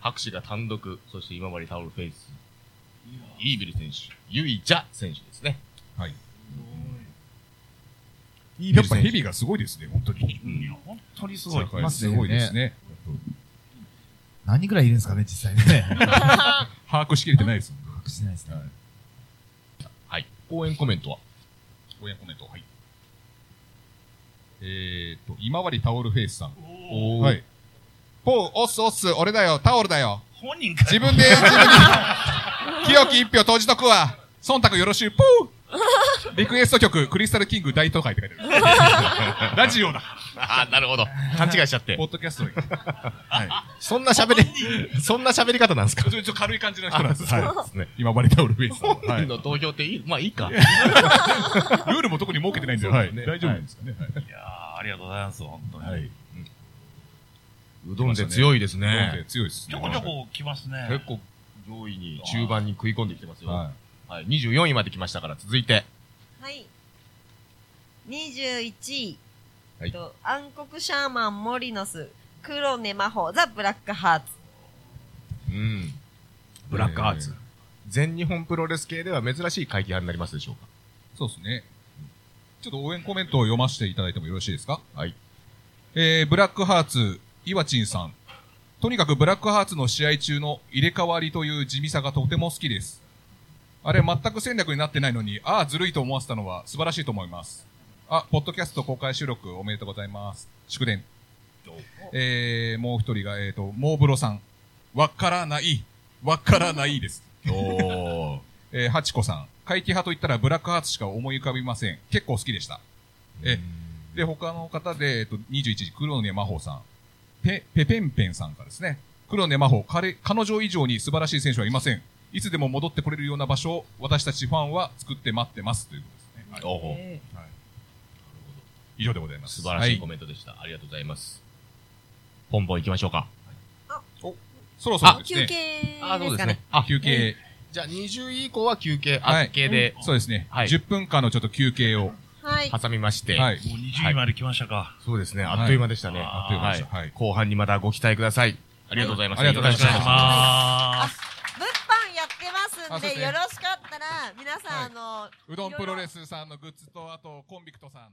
[SPEAKER 3] 拍手が単独、そして今治タオルフェイス。イービル選手、ユイジャ選手ですね。
[SPEAKER 1] はい。
[SPEAKER 3] イ
[SPEAKER 1] やっぱヘビがすごいですね、本当に。
[SPEAKER 4] いや、本当にすごい。
[SPEAKER 1] 戦すごいですね。
[SPEAKER 5] 何人くらいいるんですかね、実際 ね。
[SPEAKER 1] 把握しきれてないです。
[SPEAKER 5] 隠してないですね。
[SPEAKER 3] はい。応援コメントは
[SPEAKER 1] 応援コメント。はい。えーと、今治タオルフェイスさん。
[SPEAKER 3] お
[SPEAKER 1] はい。ポー、オスオス、俺だよ、タオルだよ。
[SPEAKER 4] 本人か
[SPEAKER 1] 自分で、自分に、清き一票投じとくわ。忖度よろしゅう、ポーリクエスト曲、クリスタルキング大都会って書いてある。ラジオだ。
[SPEAKER 3] あーなるほど。勘違いしちゃって
[SPEAKER 1] ポ。ッドキャストに。はい。
[SPEAKER 3] そんな喋り、そんな喋り方なんですか
[SPEAKER 1] ちょちょ軽い感じの人なんです。
[SPEAKER 3] あ
[SPEAKER 1] はい。今バレタオルフェイ スさんは。は
[SPEAKER 3] 本
[SPEAKER 1] い
[SPEAKER 3] 人の投票っていい、まあいいか。
[SPEAKER 1] ルールも特に設けてないんで、はい。大丈夫ですかね。
[SPEAKER 4] いやー、ありがとうございます、本当に。
[SPEAKER 1] はい。
[SPEAKER 3] うどんで強いです
[SPEAKER 1] はい
[SPEAKER 3] ね。。
[SPEAKER 1] 強いですね。
[SPEAKER 4] ちょこちょこ来ますね。
[SPEAKER 3] 結構上位に、中盤に食い込んできてますよ。
[SPEAKER 1] は
[SPEAKER 3] はい。24位まで来ましたから、続いて。
[SPEAKER 2] はい。21位。
[SPEAKER 3] はい
[SPEAKER 2] と暗黒シャーマンモリノス、黒根魔法、ザ・ブラックハーツ。
[SPEAKER 3] うん。ブラックアーツ。全日本プロレス系では珍しい会議派になりますでしょうか。
[SPEAKER 1] い。そうですね。ちょっと応援コメントを読ませていただいてもよろしいですか
[SPEAKER 3] はい。
[SPEAKER 1] えー、ブラックハーツ、岩珍さん。とにかくブラックハーツの試合中の入れ替わりという地味さがとても好きです。あれ全く戦略になってないのに、ああ、ずるいと思わせたのは素晴らしいと思います。あ、ポッドキャスト公開収録おめでとうございます。祝電。えー、もう一人が、えっ、ー、と、モーブロさん。わからない。わからないです。
[SPEAKER 3] おー。
[SPEAKER 1] えー、ハチコさん。怪奇派と言ったらブラックハーツしか思い浮かびません。結構好きでした。え、で、他の方で、えっと、21時、黒根真帆さん。ペ、ペペンペンさんからですね。黒根真帆、彼、彼女以上に素晴らしい選手はいません。いつでも戻ってこれるような場所を私たちファンは作って待ってます。ということですね。はい
[SPEAKER 3] おー
[SPEAKER 1] 以上でございます。
[SPEAKER 3] 素晴らしいコ
[SPEAKER 1] は
[SPEAKER 3] メントでした。ありがとうございます。ポンポン行きましょうか。
[SPEAKER 1] そろそろです
[SPEAKER 2] 休憩
[SPEAKER 1] ね。
[SPEAKER 2] ですかね。。
[SPEAKER 3] あ、
[SPEAKER 1] 休憩。
[SPEAKER 3] じゃあ20位以降は休憩、
[SPEAKER 1] はい
[SPEAKER 3] あっけで
[SPEAKER 1] そうですね。
[SPEAKER 3] はい
[SPEAKER 1] 10分間のちょっと休憩を。
[SPEAKER 2] はい。
[SPEAKER 3] 挟みまして。
[SPEAKER 1] はい。
[SPEAKER 4] もう20位まで来ましたか。
[SPEAKER 3] そうですね。あっという間でしたね。
[SPEAKER 4] はい
[SPEAKER 1] あっという間でした
[SPEAKER 3] は
[SPEAKER 1] はい
[SPEAKER 3] 後半にまたご期待ください。ありがとうございました。
[SPEAKER 1] はいありがとうございました
[SPEAKER 3] よろしくお願いし
[SPEAKER 4] あ
[SPEAKER 2] 物販やってま
[SPEAKER 1] あ
[SPEAKER 2] す
[SPEAKER 1] そうんです
[SPEAKER 2] で、
[SPEAKER 1] ね
[SPEAKER 2] よろしかったら、皆さん、あの、
[SPEAKER 1] うどんプロレスさんのグッズと、あと、コンビクトさん。